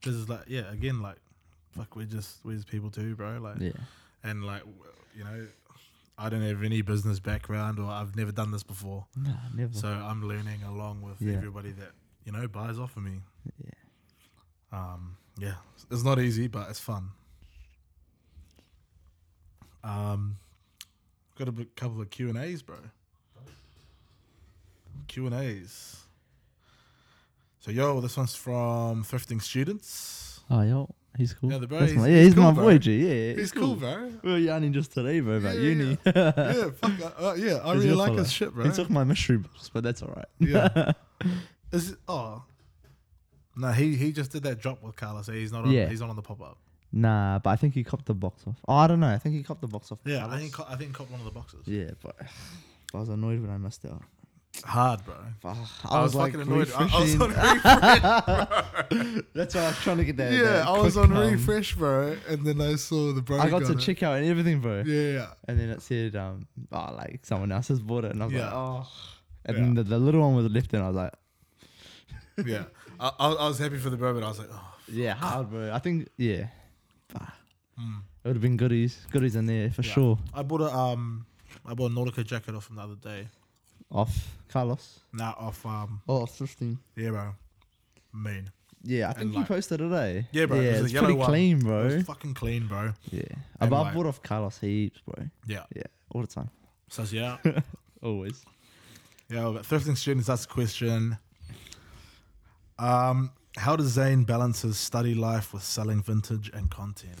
A: This is like yeah. Again, like fuck, we're just we're just people too, bro. Like
B: yeah,
A: and like w- you know. I don't have any business background, or I've never done this before,
B: nah, never.
A: so I'm learning along with
B: Yeah.
A: everybody that you know buys off of me.
B: yeah.
A: Um, yeah, it's not easy, but it's fun. Um, got a bit- couple of Q and A's, bro. Q and A's. So yo, this one's from thrifting students.
B: Oh, yo, he's cool.
A: Yeah, the bro,
B: That's
A: he's-
B: my, yeah,
A: he's
B: he's
A: cool,
B: my
A: bro.
B: boy, G. Yeah,
A: He's cool, bro.
B: We were yarning just today, bro, about
A: Yeah, yeah,
B: uni.
A: yeah, fuck, uh, uh, yeah, I
B: He's
A: really
B: your
A: like
B: fella.
A: his shit, bro.
B: he took my mystery books, but that's all right.
A: yeah. Is it, oh. No, he, he just did that drop with Carlos. so He's not on,
B: Yeah.
A: he's not on the pop up.
B: Nah, but I think he copped the box off. Oh, I don't know. I think he copped the box off.
A: Yeah, I
B: Palace.
A: think I think caught one of the boxes.
B: Yeah, but I was annoyed when I missed out.
A: Hard, bro.
B: Fuck,
A: I was, fucking annoyed. I, I was on
B: refreshing.
A: refresh.
B: That's why I was trying to get that.
A: yeah,
B: that
A: I was
B: quick,
A: on
B: um,
A: refresh, bro, and then I saw the bro.
B: I got to
A: it.
B: check out and everything, bro.
A: Yeah, yeah,
B: And then it said, um, oh, like someone else has bought it, and I was
A: Yeah.
B: like, oh. And
A: Yeah.
B: then the, the little one was left, and I was like,
A: yeah. yeah. I, I, I was happy for the bro, but I was like, oh,
B: yeah, hard, bro. I think, yeah, Fuck.
A: mm.
B: it would have been goodies, goodies in there for
A: Yeah.
B: sure.
A: I bought a um, I bought a Nautica jacket off him the other day.
B: Off Carlos,
A: Nah, off um,
B: oh, off fifteen.
A: yeah, bro. Mean.
B: Yeah, I think you
A: like-
B: posted it, eh?
A: Yeah, bro, it
B: Yeah,
A: was a
B: it's
A: yellow
B: pretty
A: one.
B: clean,
A: It
B: bro.
A: was fucking clean, bro.
B: Yeah, I've
A: And
B: I've
A: like-
B: bought off Carlos heaps, bro.
A: Yeah,
B: Yeah, all the time,
A: says yeah.
B: always.
A: Yeah, but thrifting students, that's a question. Um, how does Zane balance his study life with selling vintage and content?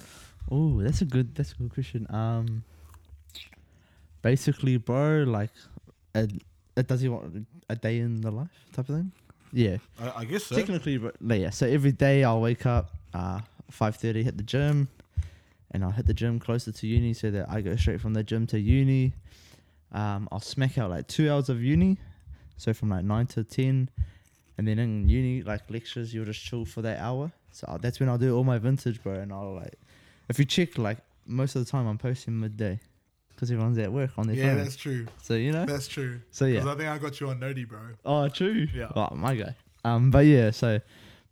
B: Oh, that's a good that's a good question. Um, basically, bro, like, a, a, does he want a day in the life type of thing? Yeah,
A: I, I guess so.
B: technically, bro, no, yeah. So every day I'll wake up, uh, five thirty, hit the gym, and I'll hit the gym closer to uni so that I go straight from the gym to uni. Um, I'll smack out like two hours of uni, so from like nine to ten, and then in uni like lectures, you'll just chill for that hour. So I'll- that's when I'll do all my vintage, bro. And I'll like, if you check, like most of the time I'm posting midday, because everyone's at work on their
A: Yeah,
B: phone.
A: that's true.
B: So you know,
A: That's true.
B: so yeah.
A: Because I think I got you on Nodi, bro.
B: Oh, true.
A: Yeah.
B: Oh, my guy. Um, but yeah, so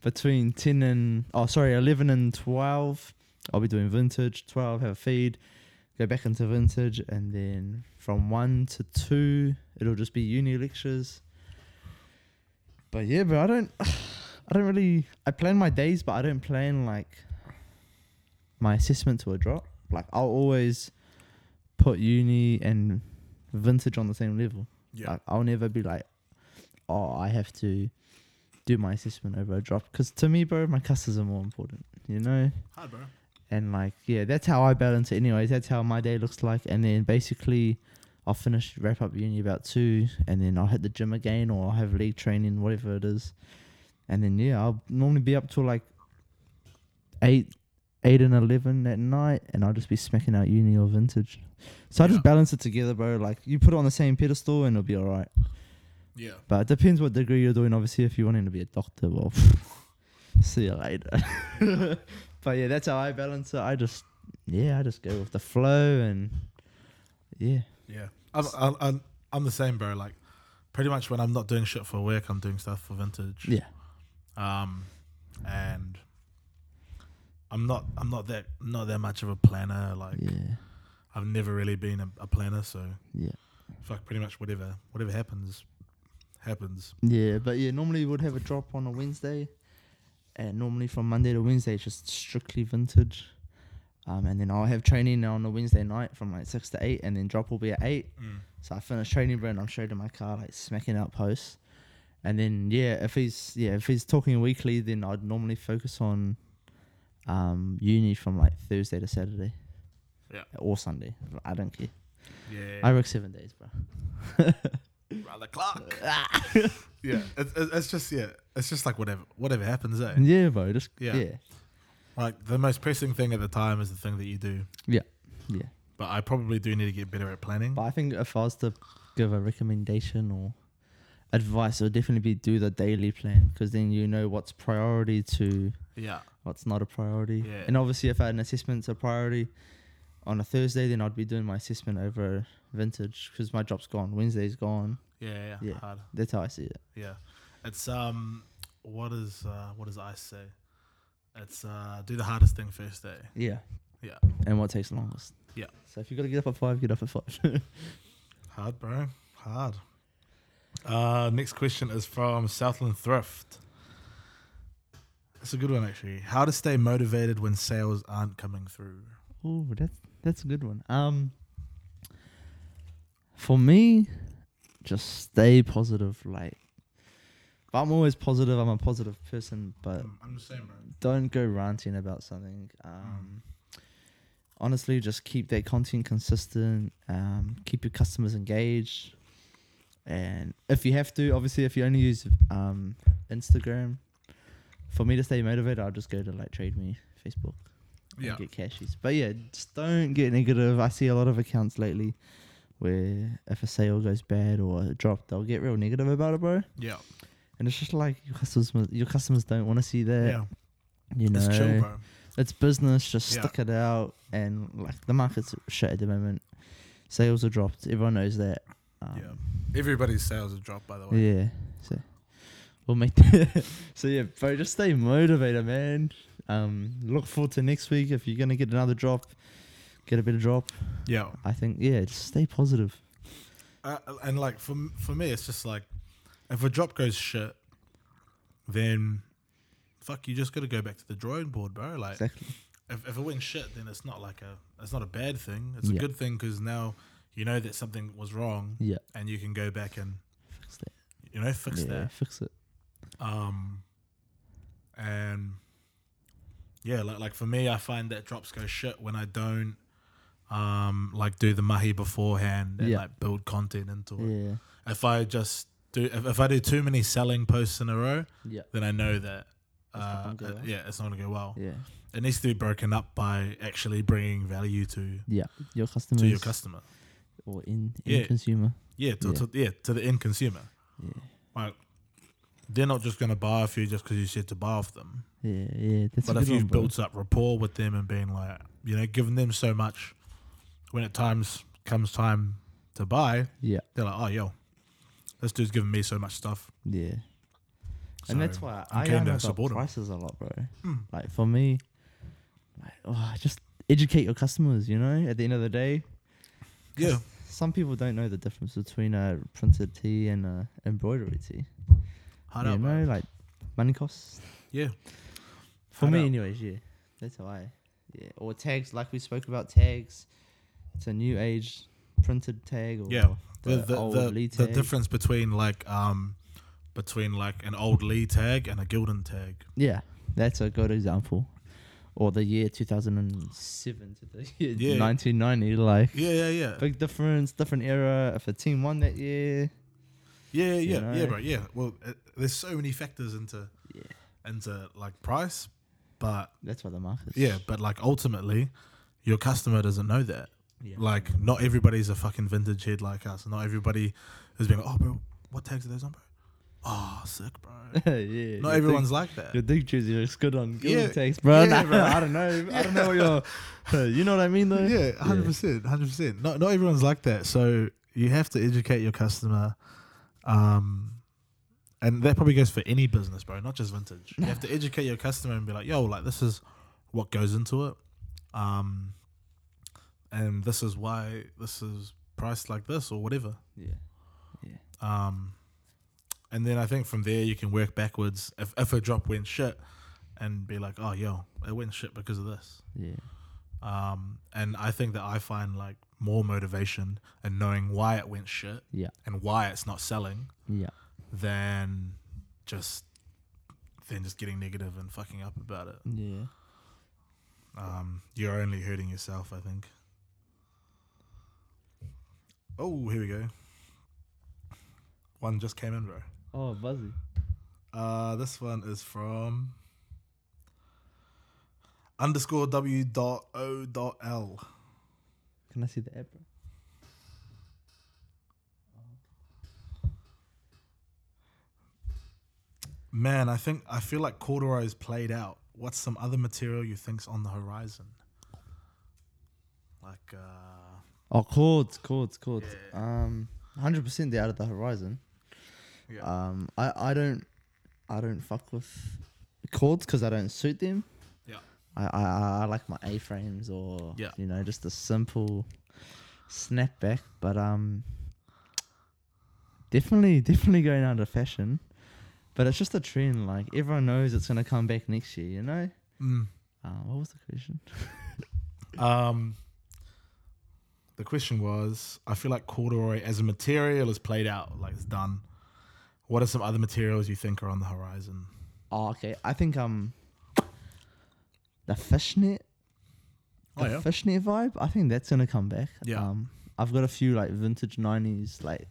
B: between ten and oh, sorry, eleven and twelve, I'll be doing vintage. Twelve, have a feed, go back into vintage, and then from one to two, it'll just be uni lectures. But yeah, but I don't, I don't really. I plan my days, but I don't plan like my assessment to a drop. Like I'll always put uni and vintage on the same level.
A: Yeah.
B: Like, I'll never be like, oh, I have to do my assessment over a drop. Because to me, bro, my cusses are more important, you know?
A: Hard, bro.
B: And like, yeah, that's how I balance it, anyways. That's how my day looks like. And then basically, I'll finish, wrap up uni about two, and then I'll hit the gym again or I'll have leg training, whatever it is. And then, yeah, I'll normally be up till like eight. Eight and eleven at night, and I'll just be smacking out uni or vintage. So I
A: Yeah.
B: just balance it together, bro. Like you put it on the same pedestal, and it'll be all right.
A: Yeah.
B: But it depends what degree you're doing. Obviously, if you're wanting to be a doctor, well, see you later. but yeah, that's how I balance it. I just, yeah, I just go with the flow and yeah,
A: Yeah. I'm, I'm, I'm, I'm the same, bro. Like, pretty much when I'm not doing shit for work, I'm doing stuff for vintage.
B: yeah,
A: um, and I'm not I'm not that not that much of a planner. Like
B: yeah,
A: I've never really been a, a planner, so
B: yeah,
A: fuck pretty much whatever whatever happens happens.
B: yeah. But yeah, normally we would have a drop on a Wednesday, and normally from Monday to Wednesday, it's just strictly vintage. Um, and then I'll have training on a Wednesday night from like six to eight, and then drop will be at eight.
A: Mm.
B: So I finish training, bro, and I'm straight in my car, like smacking out posts. And then yeah, if he's yeah, if he's talking weekly, then I'd normally focus on um uni from like Thursday to Saturday.
A: Yeah.
B: Or Sunday. I don't care.
A: Yeah,
B: I work seven days, bro.
A: around the clock. yeah, it's, it's it's just yeah, it's just like whatever whatever happens. Eh?
B: Yeah, bro. Just
A: Yeah.
B: yeah. Yeah.
A: Like the most pressing thing at the time is the thing that you do.
B: Yeah.
A: But I probably do need to get better at planning.
B: But I think if I was to give a recommendation or advice, it would definitely be do the daily plan because then you know what's priority to
A: Yeah,
B: what's not a priority.
A: Yeah.
B: And obviously, if I had an assessment's a priority on a Thursday, then I'd be doing my assessment over vintage because my drop's gone. Wednesday's gone.
A: yeah, yeah.
B: Yeah.
A: Hard.
B: That's how I see it.
A: Yeah, it's um, what is uh, what does I say? It's uh, do the hardest thing first eh? day.
B: Yeah.
A: Yeah.
B: And what takes longest.
A: Yeah.
B: So if you got to get up at five, get up at five.
A: Hard, bro. Hard. Uh, next question is from Southland Thrift. That's a good one, actually. How to stay motivated when sales aren't coming through?
B: oh, that's that's a good one. Um, for me, just stay positive. Like, I'm always positive. I'm a positive person, but
A: I'm, I'm the same, bro.
B: don't go ranting about something.
A: Mm.
B: Um, Honestly, just keep that content consistent. Um, keep your customers engaged, and if you have to, obviously, if you only use um, Instagram, for me to stay motivated, I'll just go to like Trade Me Facebook and
A: Yeah.
B: get cashies. But yeah, just don't get negative. I see a lot of accounts lately where if a sale goes bad or a drop, they'll get real negative about it, bro.
A: Yeah.
B: And it's just like your customers, your customers don't want to see that. Uh,
A: Yeah.
B: You know,
A: It's chill, bro.
B: it's business. Just
A: Yeah.
B: stick it out, and like the market's shit at the moment. Sales are dropped. Everyone knows that. Um,
A: Everybody's sales have dropped, by the way.
B: Yeah. So we'll make that. so yeah, bro, just stay motivated, man. Um, look forward to next week if you're gonna get another drop. Get a bit of drop.
A: Yeah.
B: I think yeah, just stay positive.
A: Uh, and like for m- for me, it's just like if a drop goes shit, then fuck, you just got to go back to the drawing board, bro. Like,
B: Exactly.
A: if, if it went shit, then it's not like a it's not a bad thing. It's a
B: Yeah.
A: good thing because now you know that something was wrong,
B: Yeah.
A: and you can go back and
B: Fix that.
A: you know fix
B: yeah,
A: that.
B: fix it.
A: Um, and yeah, like like for me, I find that drops go shit when I don't um like do the mahi beforehand and
B: Yeah.
A: like build content into it.
B: Yeah.
A: If I just do if, if I do too many selling posts in a row,
B: Yeah.
A: then I know that.
B: not
A: Uh,
B: gonna go
A: uh,
B: well.
A: yeah, it's not gonna go well.
B: Yeah.
A: It needs to be broken up by actually bringing value to
B: Yeah. Your customers
A: to your customer.
B: or in, in
A: Yeah.
B: consumer.
A: Yeah, to,
B: Yeah.
A: To, yeah, to the end consumer.
B: Yeah.
A: Like they're not just gonna buy off you just because you said to buy off them.
B: Yeah. Yeah. That's
A: but
B: a
A: if
B: good one,
A: you've
B: bro.
A: built up rapport with them and being like, you know, giving them so much, when it times comes time to buy,
B: Yeah.
A: they're like, oh yo, this dude's giving me so much stuff.
B: Yeah. and that's
A: So,
B: why
A: I'm
B: I
A: keen
B: am
A: to
B: about
A: support 'em.
B: prices a lot, bro.
A: Hmm.
B: Like for me, like oh, just educate your customers. You know, at the end of the day,
A: Yeah,
B: some people don't know the difference between a printed tee and a embroidery tee.
A: hard
B: you
A: out,
B: know,
A: bro.
B: like money costs.
A: Yeah,
B: For
A: Hard
B: me,
A: out.
B: anyways, yeah. That's how I, yeah. Or tags, like we spoke about tags. It's a new age printed tag. Or
A: Yeah,
B: the,
A: the the,
B: old
A: the,
B: lead
A: the
B: tag.
A: difference between like um between like an old Lee tag and a Gildan tag.
B: Yeah, that's a good example. Or the year 2007 to the year
A: Yeah.
B: 1990, like
A: Yeah, yeah, yeah.
B: big difference, different era. If a team won that year,
A: Yeah, yeah,
B: You
A: yeah, yeah,
B: know?
A: bro. Yeah. Well, uh there's so many factors into
B: Yeah.
A: into like price, but
B: that's why the market.
A: yeah, but like ultimately, your customer doesn't know that.
B: yeah,
A: Like, not everybody's a fucking vintage head like us. Not everybody is being like, oh, bro, what tags are those on, bro? Oh, sick, bro.
B: yeah.
A: Not
B: your
A: everyone's like
B: Dick,
A: that.
B: your dick juice is good on good
A: Yeah,
B: takes, bro.
A: yeah,
B: Nah,
A: bro.
B: I don't know. I don't know what you're. You know what I mean, though.
A: Yeah, hundred percent, hundred percent. Not not everyone's like that, so you have to educate your customer, um, and that probably goes for any business, bro. Not just vintage. You have to educate your customer and be like, "Yo, like this is what goes into it, um, and this is why this is priced like this or whatever."
B: Yeah.
A: Um, and then I think from there you can work backwards. If if a drop went shit, and be like, "Oh, yo, it went shit because of this."
B: Yeah.
A: um, and I think that I find like more motivation and knowing why it went shit
B: Yeah.
A: and why it's not selling
B: Yeah.
A: than just than just getting negative and fucking up about it.
B: Yeah.
A: Um, you're only hurting yourself, I think. Oh, here we go. One just came in, bro.
B: Oh, buzzy.
A: Uh, this one is from underscore w dot o dot l.
B: Can I see the app? bro?
A: Man, I think I feel like corduroy's played out. What's some other material you think's on the horizon? Like, uh,
B: Oh, chords, chords, chords. Um, hundred percent, they're out of the horizon.
A: Yeah.
B: Um, I, I don't, I don't fuck with chords because I don't suit them.
A: Yeah.
B: I, I, I- I like my A frames or
A: Yeah.
B: you know just a simple snapback, but um, definitely, definitely going out of fashion. But it's just a trend. Like everyone knows it's gonna come back next year. You know.
A: mm,
B: Uh, what was the question?
A: um, the question was, I feel like corduroy as a material is played out, like it's done. What are some other materials you think are on the horizon?
B: Oh, okay. I think um, the fishnet
A: Oh,
B: the fishnet vibe. I think that's gonna come back.
A: Yeah.
B: Um, I've got a few like vintage '90s, like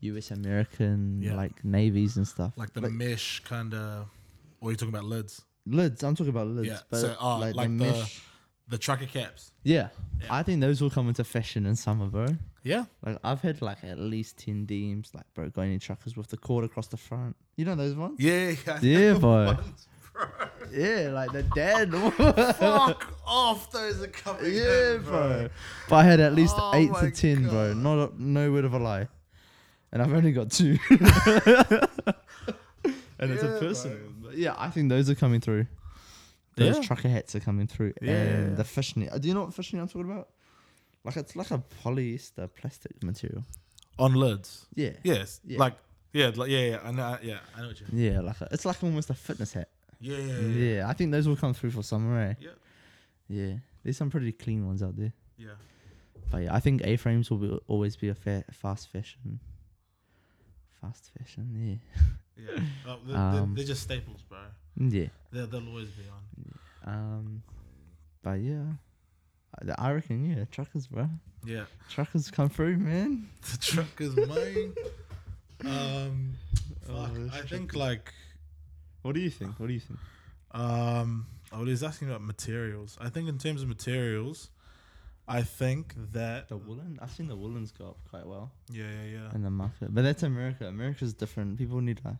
B: U.S. American,
A: Yeah.
B: like navies and stuff.
A: like the mesh kind of. Or you talking about lids?
B: lids. I'm talking about lids,
A: Yeah,
B: but
A: so, oh,
B: like,
A: like
B: the
A: the-
B: mesh.
A: The trucker caps.
B: Yeah. I think those will come into fashion in summer, bro.
A: Yeah.
B: Like I've had like at least ten DMs, like bro, going in truckers with the cord across the front. You know those ones?
A: Yeah. yeah.
B: Yeah, boy.
A: Bro,
B: yeah, like the dad.
A: fuck off! Those are coming.
B: Yeah,
A: in,
B: bro. But I had at least
A: Oh
B: eight
A: my
B: to ten, bro.
A: God.
B: Not a, no word of a lie, and I've only got two. and it's
A: Yeah,
B: a person. But yeah, I think those are coming through. Those
A: Yeah.
B: trucker hats are coming through,
A: Yeah,
B: and
A: yeah.
B: the fishnet. uh, Do you know what fishnet I'm talking about? Like it's like a polyester plastic material.
A: On lids.
B: Yeah.
A: Yes.
B: Yeah.
A: Like yeah, like yeah, yeah. I know. Yeah, I know what you.
B: Yeah, like a, it's like almost a fitness hat.
A: Yeah, Yeah.
B: Yeah, I think those will come through for summer, eh?
A: Yep.
B: Yeah. There's some pretty clean ones out there.
A: Yeah.
B: But yeah, I think A frames will be, always be a fa- fast fashion. Fast fashion,
A: Yeah. Oh, they're,
B: Um,
A: they're, they're just staples, bro.
B: yeah. Mm, Yeah.
A: They're, they'll always be on.
B: Um, but yeah. I- I reckon, yeah, truckers, bro.
A: Yeah.
B: Truckers come through, man.
A: The truck is mine. um,
B: Oh,
A: fuck.
B: this
A: I think like
B: What do you think? What do you think?
A: um, I was asking about materials. I think in terms of materials, I think that
B: The woolen? I've seen the woolens go up quite well
A: yeah, yeah, yeah.
B: in the market. But that's America. America's different. People need to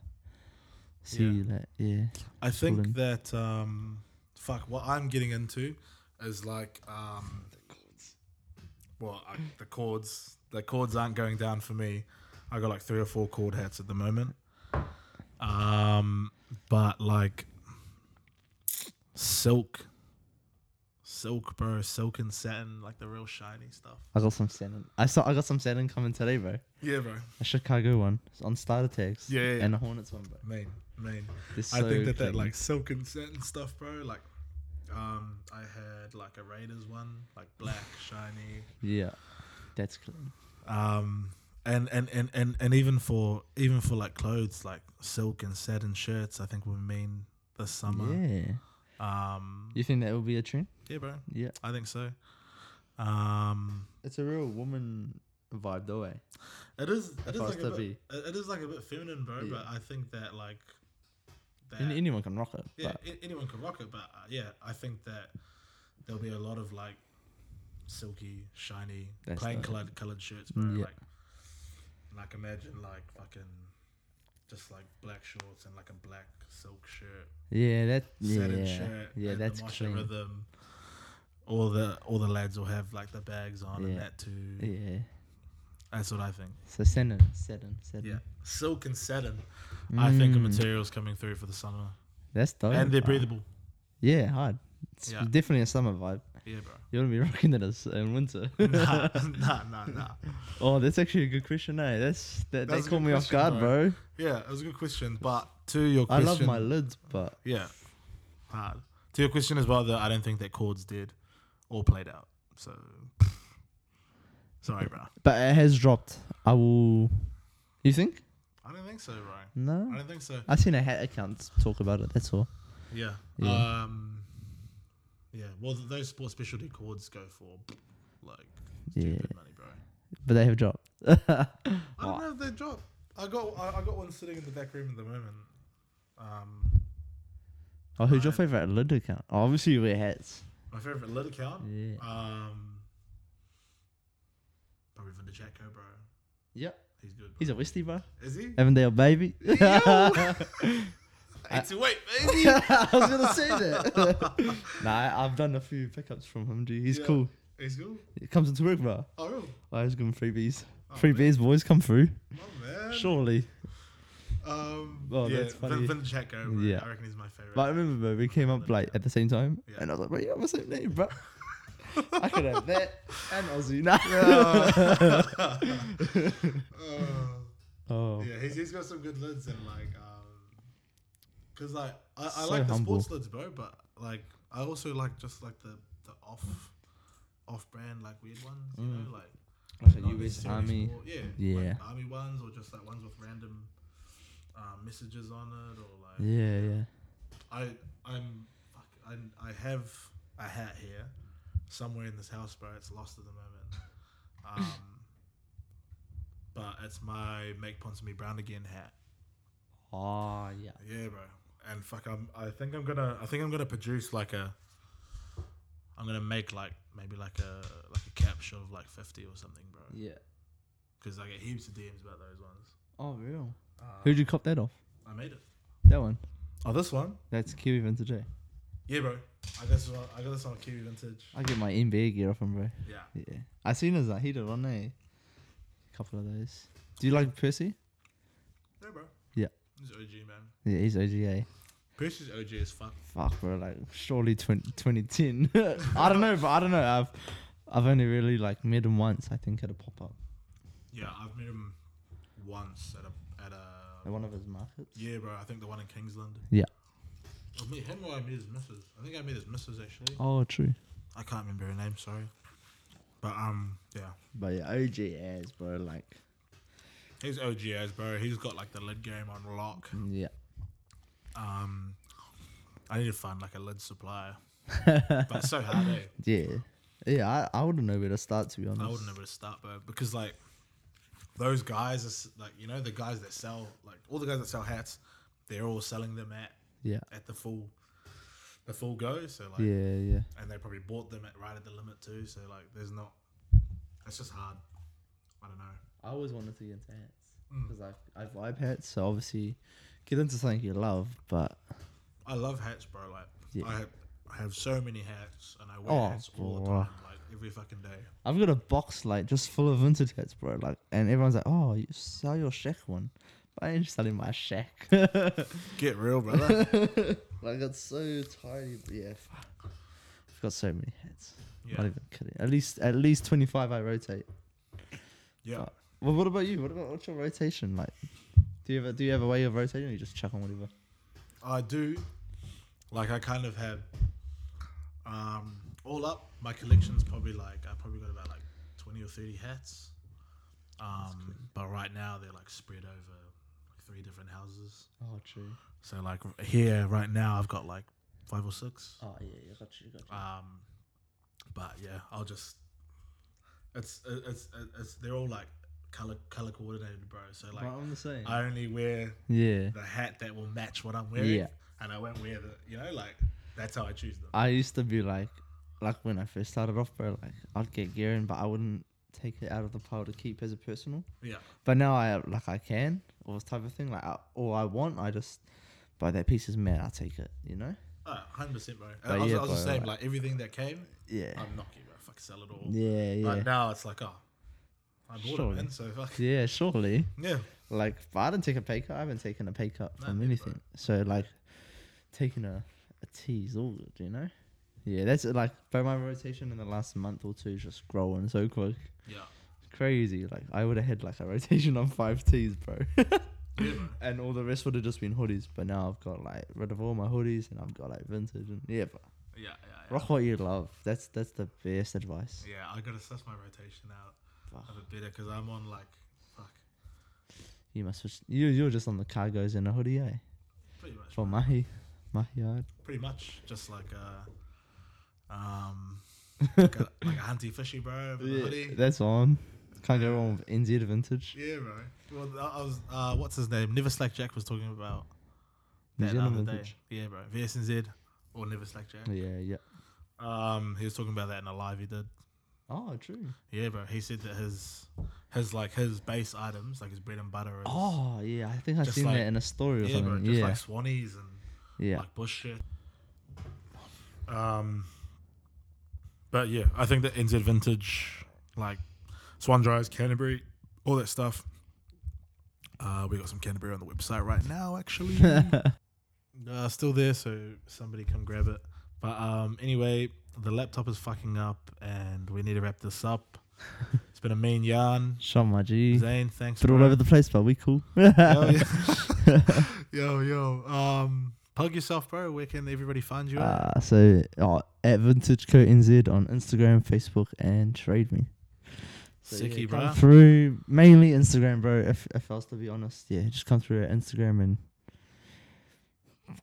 B: see
A: Yeah.
B: that, yeah.
A: I think
B: Swollen.
A: that um, fuck. What I'm getting into is like um, well, I, the chords. The chords aren't going down for me. I got like three or four chord hats at the moment. Um, but like silk, silk, bro, silk and satin, like the real shiny stuff.
B: I got some satin. I saw. I got some satin coming today, bro.
A: Yeah, bro.
B: A Chicago one. It's on starter tags.
A: Yeah, yeah, yeah.
B: And the Hornets one, bro.
A: Main, main.
B: They're
A: I
B: so
A: think that that
B: clean.
A: like silk and satin stuff, bro. Like, um, I had like a Raiders one, like black, shiny.
B: Yeah, that's clean.
A: Um, and and and and and even for even for like clothes, like silk and satin shirts, I think would mean this summer.
B: Yeah.
A: Um,
B: You think that will be a trend?
A: yeah, bro.
B: Yeah.
A: I think so. Um,
B: It's a real woman vibe, though. Eh?
A: it is it is
B: Fast
A: like a
B: to
A: bit, it it is like a bit feminine, bro.
B: Yeah.
A: But I think that like that
B: And anyone can rock it.
A: yeah,
B: but
A: a- anyone can rock it, but uh, yeah, I think that there'll be a lot of like silky, shiny,
B: That's
A: plain
B: the-
A: colored colored shirts, bro.
B: Yeah.
A: Like, like imagine like fucking just like black shorts and like a black silk shirt,
B: yeah, that yeah
A: satin
B: yeah,
A: shirt,
B: yeah
A: and
B: that's
A: the Martian
B: clean.
A: rhythm. All the all the lads will have like the bags on and
B: Yeah.
A: that too.
B: Yeah.
A: That's what I think.
B: So satin, satin, satin.
A: Yeah, silk and satin. I think are
B: Mm. Oh,
A: materials coming through for the summer,
B: That's dope.
A: and they're
B: bro.
A: breathable.
B: Yeah, hard. It's
A: Yeah.
B: definitely a summer vibe.
A: Yeah, bro.
B: You want to be rocking it as- in winter.
A: nah, nah, nah, nah.
B: oh, that's actually a good question, eh? That's that.
A: That's a
B: they
A: good
B: caught me off
A: question,
B: guard,
A: bro.
B: bro.
A: Yeah, it was a good question. But to your
B: I
A: question,
B: love my lids, but
A: yeah, hard. To your question as well, though, I don't think that chords did or played out. So sorry, bro.
B: But it has dropped. I will. You think?
A: I don't think so, bro. I
B: No.
A: don't think so.
B: I've seen a hat account talk about it. That's all.
A: Yeah.
B: Yeah.
A: Um. Yeah. Well, th- those sports specialty chords go for like
B: Yeah.
A: stupid money, bro.
B: But they have dropped.
A: I don't
B: Wow.
A: know if they drop. I got I, I got one sitting in the back room at the moment. Um,
B: Oh, who's your
A: Right.
B: favorite lid account? Oh, obviously you wear hats.
A: my favorite lit account.
B: Yeah.
A: Um, probably Vinda Jacko, bro.
B: Yep.
A: He's good. Bro.
B: He's a Westie, bro.
A: Is he?
B: Avondale baby. I
A: It's a wait, baby.
B: was gonna say that. nah, I've done a few pickups from him, dude. He's
A: Yeah.
B: cool.
A: He's good.
B: He comes into work, bro.
A: Oh, real?
B: I always give him freebies.
A: Oh,
B: Free
A: man.
B: beers, boys, come through.
A: My man.
B: Surely.
A: Um,
B: Oh,
A: yeah,
B: that's funny.
A: Vin, Vin Jacko, bro.
B: Yeah.
A: I reckon he's my favorite.
B: But I remember, bro, we came up like at the same time,
A: Yeah.
B: and I was like, bro, you have the same name, bro. I could have that and Aussie. Nah.
A: Uh,
B: Oh,
A: yeah, he's, he's got some good lids and like, um, cause like I, I
B: So
A: like the
B: humble.
A: sports lids, bro. But like, I also like just like the the off off brand like weird ones, you
B: Mm.
A: know, like
B: like
A: not
B: a US
A: necessarily
B: Army.
A: sport- yeah,
B: Yeah.
A: like army ones or just like ones with random um, messages on it or like
B: Yeah, yeah.
A: I I'm fuck, I'm- I have a hat here somewhere in this house, bro. It's lost at the moment. Um, but it's my make Ponsonby brown again hat.
B: Oh, yeah.
A: Yeah, bro. And fuck, I'm. I think I'm gonna. I think I'm gonna produce like a. I'm gonna make like maybe like a like a capsule of like fifty or something, bro.
B: Yeah.
A: Because I get heaps of DMs about those ones.
B: Oh, real.
A: Uh,
B: Who'd you cop that off?
A: I made it.
B: That one.
A: Oh, this one.
B: That's Kiwi Vintage. eh?
A: Yeah, bro. I got this one. I got this one on Kiwi Vintage.
B: I get my NBA gear off him, bro.
A: Yeah.
B: Yeah. I seen his uh, like, heated on there. A couple of those. Do you like Percy?
A: Yeah, bro.
B: Yeah.
A: He's OG, man.
B: Yeah, he's eh? OGA.
A: Percy's OG as fuck.
B: Fuck, bro. Like, surely 20, 2010. I don't know, but I don't know. I've I've only really like met him once. I think at a pop up
A: Yeah, I've met him once at a at a.
B: at one of his markets.
A: Yeah, bro. I think the one in Kingsland.
B: Yeah.
A: Or I met him or I met his missus. I think I met his missus actually.
B: Oh, true.
A: I can't remember her name. Sorry, but um, yeah,
B: But yeah, OG as bro. Like,
A: he's OG as bro. He's got like the lid game on lock.
B: Mm, yeah.
A: Um, I need to find like a lid supplier. but it's so hard, eh?
B: Yeah. Yeah, I, I wouldn't know where to start, to be honest.
A: I wouldn't know where to start, bro, because like those guys, are, s- like you know, the guys that sell, like all the guys that sell hats, they're all selling them at
B: Yeah.
A: at the full, the full go. So like,
B: Yeah, yeah.
A: and they probably bought them at right at the limit too. So like, there's not. It's just hard. I don't know.
B: I always wanted to get into
A: Mm.
B: hats because I I vibe hats, so obviously get into something you love. But
A: I love hats, bro. Like
B: Yeah.
A: I have, I have so many hats, and I wear
B: Oh,
A: hats all the
B: bro.
A: time, like every fucking day.
B: I've got a box like just full of vintage hats, bro. Like, and everyone's like, "Oh, you sell your shack one." But I ain't selling my shack.
A: Get real, brother.
B: like, it's so tiny. But yeah, fuck. I've got so many hats.
A: yeah,
B: Not even kidding. At least at least twenty five I rotate.
A: yeah.
B: Uh, Well, what about you? What about what's your rotation like? Do you have a, do you have a way of rotating, or you just chuck on whatever?
A: I do. Like I kind of have um all up my collection's probably like I probably got about like 20 or 30 hats. Um but right now they're like spread over like three different houses.
B: Oh, true.
A: So like here right now I've got like five or six.
B: Oh yeah, yeah, got you, got you.
A: Um but yeah, I'll just it's it's it's they're all like color color coordinated, bro. So like
B: I'm the same.
A: I only wear
B: yeah.
A: the hat that will match what I'm wearing,
B: Yeah. Uh,
A: and I won't wear the, you know, like that's how I choose them.
B: I used to be like, like when I first started off, bro, like I'd get gearing, but I wouldn't take it out of the pile to keep as a personal.
A: Yeah,
B: But now I like I can or this type of thing, like I, or I want. I just, but that piece is mad. I take it, you know.
A: Uh, hundred percent, bro. I
B: But
A: was,
B: yeah,
A: I was the
B: bro,
A: same.
B: like-
A: Like everything that came,
B: Yeah.
A: I'm not gonna fuck sell it all.
B: yeah, yeah,
A: But now it's like, oh, I bought
B: Surely.
A: it, man. So fuck.
B: yeah. Surely,
A: Yeah,
B: like, but I didn't take a pay cut. I haven't taken a pay cut
A: No,
B: from
A: me, bro.
B: anything. So like, taking a a T is all good, you know. Yeah, that's it. Like, but my rotation in the last month or two is just growing so quick.
A: yeah,
B: crazy. Like I would have had like a rotation on five tees, bro,
A: yeah, bro.
B: and all the rest would have just been hoodies. But now I've got like rid of all my hoodies, and I've got like vintage and yeah. But
A: yeah, yeah. yeah.
B: rock what you love. That's that's the best advice.
A: Yeah, I gotta suss my rotation out
B: Fuck.
A: a bit better because I'm on like, fuck,
B: You must switch. You you're just on the cargos and a hoodie, eh?
A: pretty much,
B: For mahi, mahi yard.
A: pretty much just like a, um, like a, like a hunty fishy, bro. With a hoodie.
B: that's on. Can't go wrong with NZ vintage.
A: Yeah, bro. Well, I I was. Uh, what's his name? Never Slack Jack was talking about
B: New
A: that the
B: Zealand
A: other day.
B: vintage.
A: Yeah, bro. VSNZ or Never Slack Jack.
B: Yeah, yeah.
A: Um, he was talking about that in a live he did.
B: Oh, true.
A: Yeah, bro. He said that his, his like his base items, like his bread and butter. Is,
B: Oh, yeah. I think I've
A: Just
B: seen
A: like-
B: that in a story or
A: yeah, bro.
B: something.
A: Just
B: yeah,
A: like Swannies and
B: yeah.
A: like bush shit. Um, but yeah, I think that NZ Vintage, like Swan Dries, Canterbury, all that stuff. Uh, we got some Canterbury on the website right now, actually. uh, still there, so somebody come grab it. But um, anyway, the laptop is fucking up, and we need to wrap this up. it's been a mean yarn.
B: Sean, my G.
A: Zane, thanks.
B: But all
A: bro.
B: over the place, but we cool.
A: Hell yeah. yo, yo. Um, plug yourself, bro. Where can everybody find you? at?
B: Uh, so uh, at Vintage Co NZ on Instagram, Facebook, and trade me.
A: Sicky,
B: come
A: bro.
B: Through mainly Instagram, bro. If if I was to be honest, yeah, just come through at Instagram and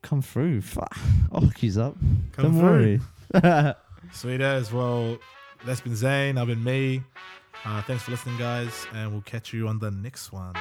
B: come through. Fuck, I'll hook yous up.
A: Come
B: Don't
A: through.
B: worry.
A: Sweet as well. That's been Zane. I've been me. Uh, thanks for listening, guys, and we'll catch you on the next one.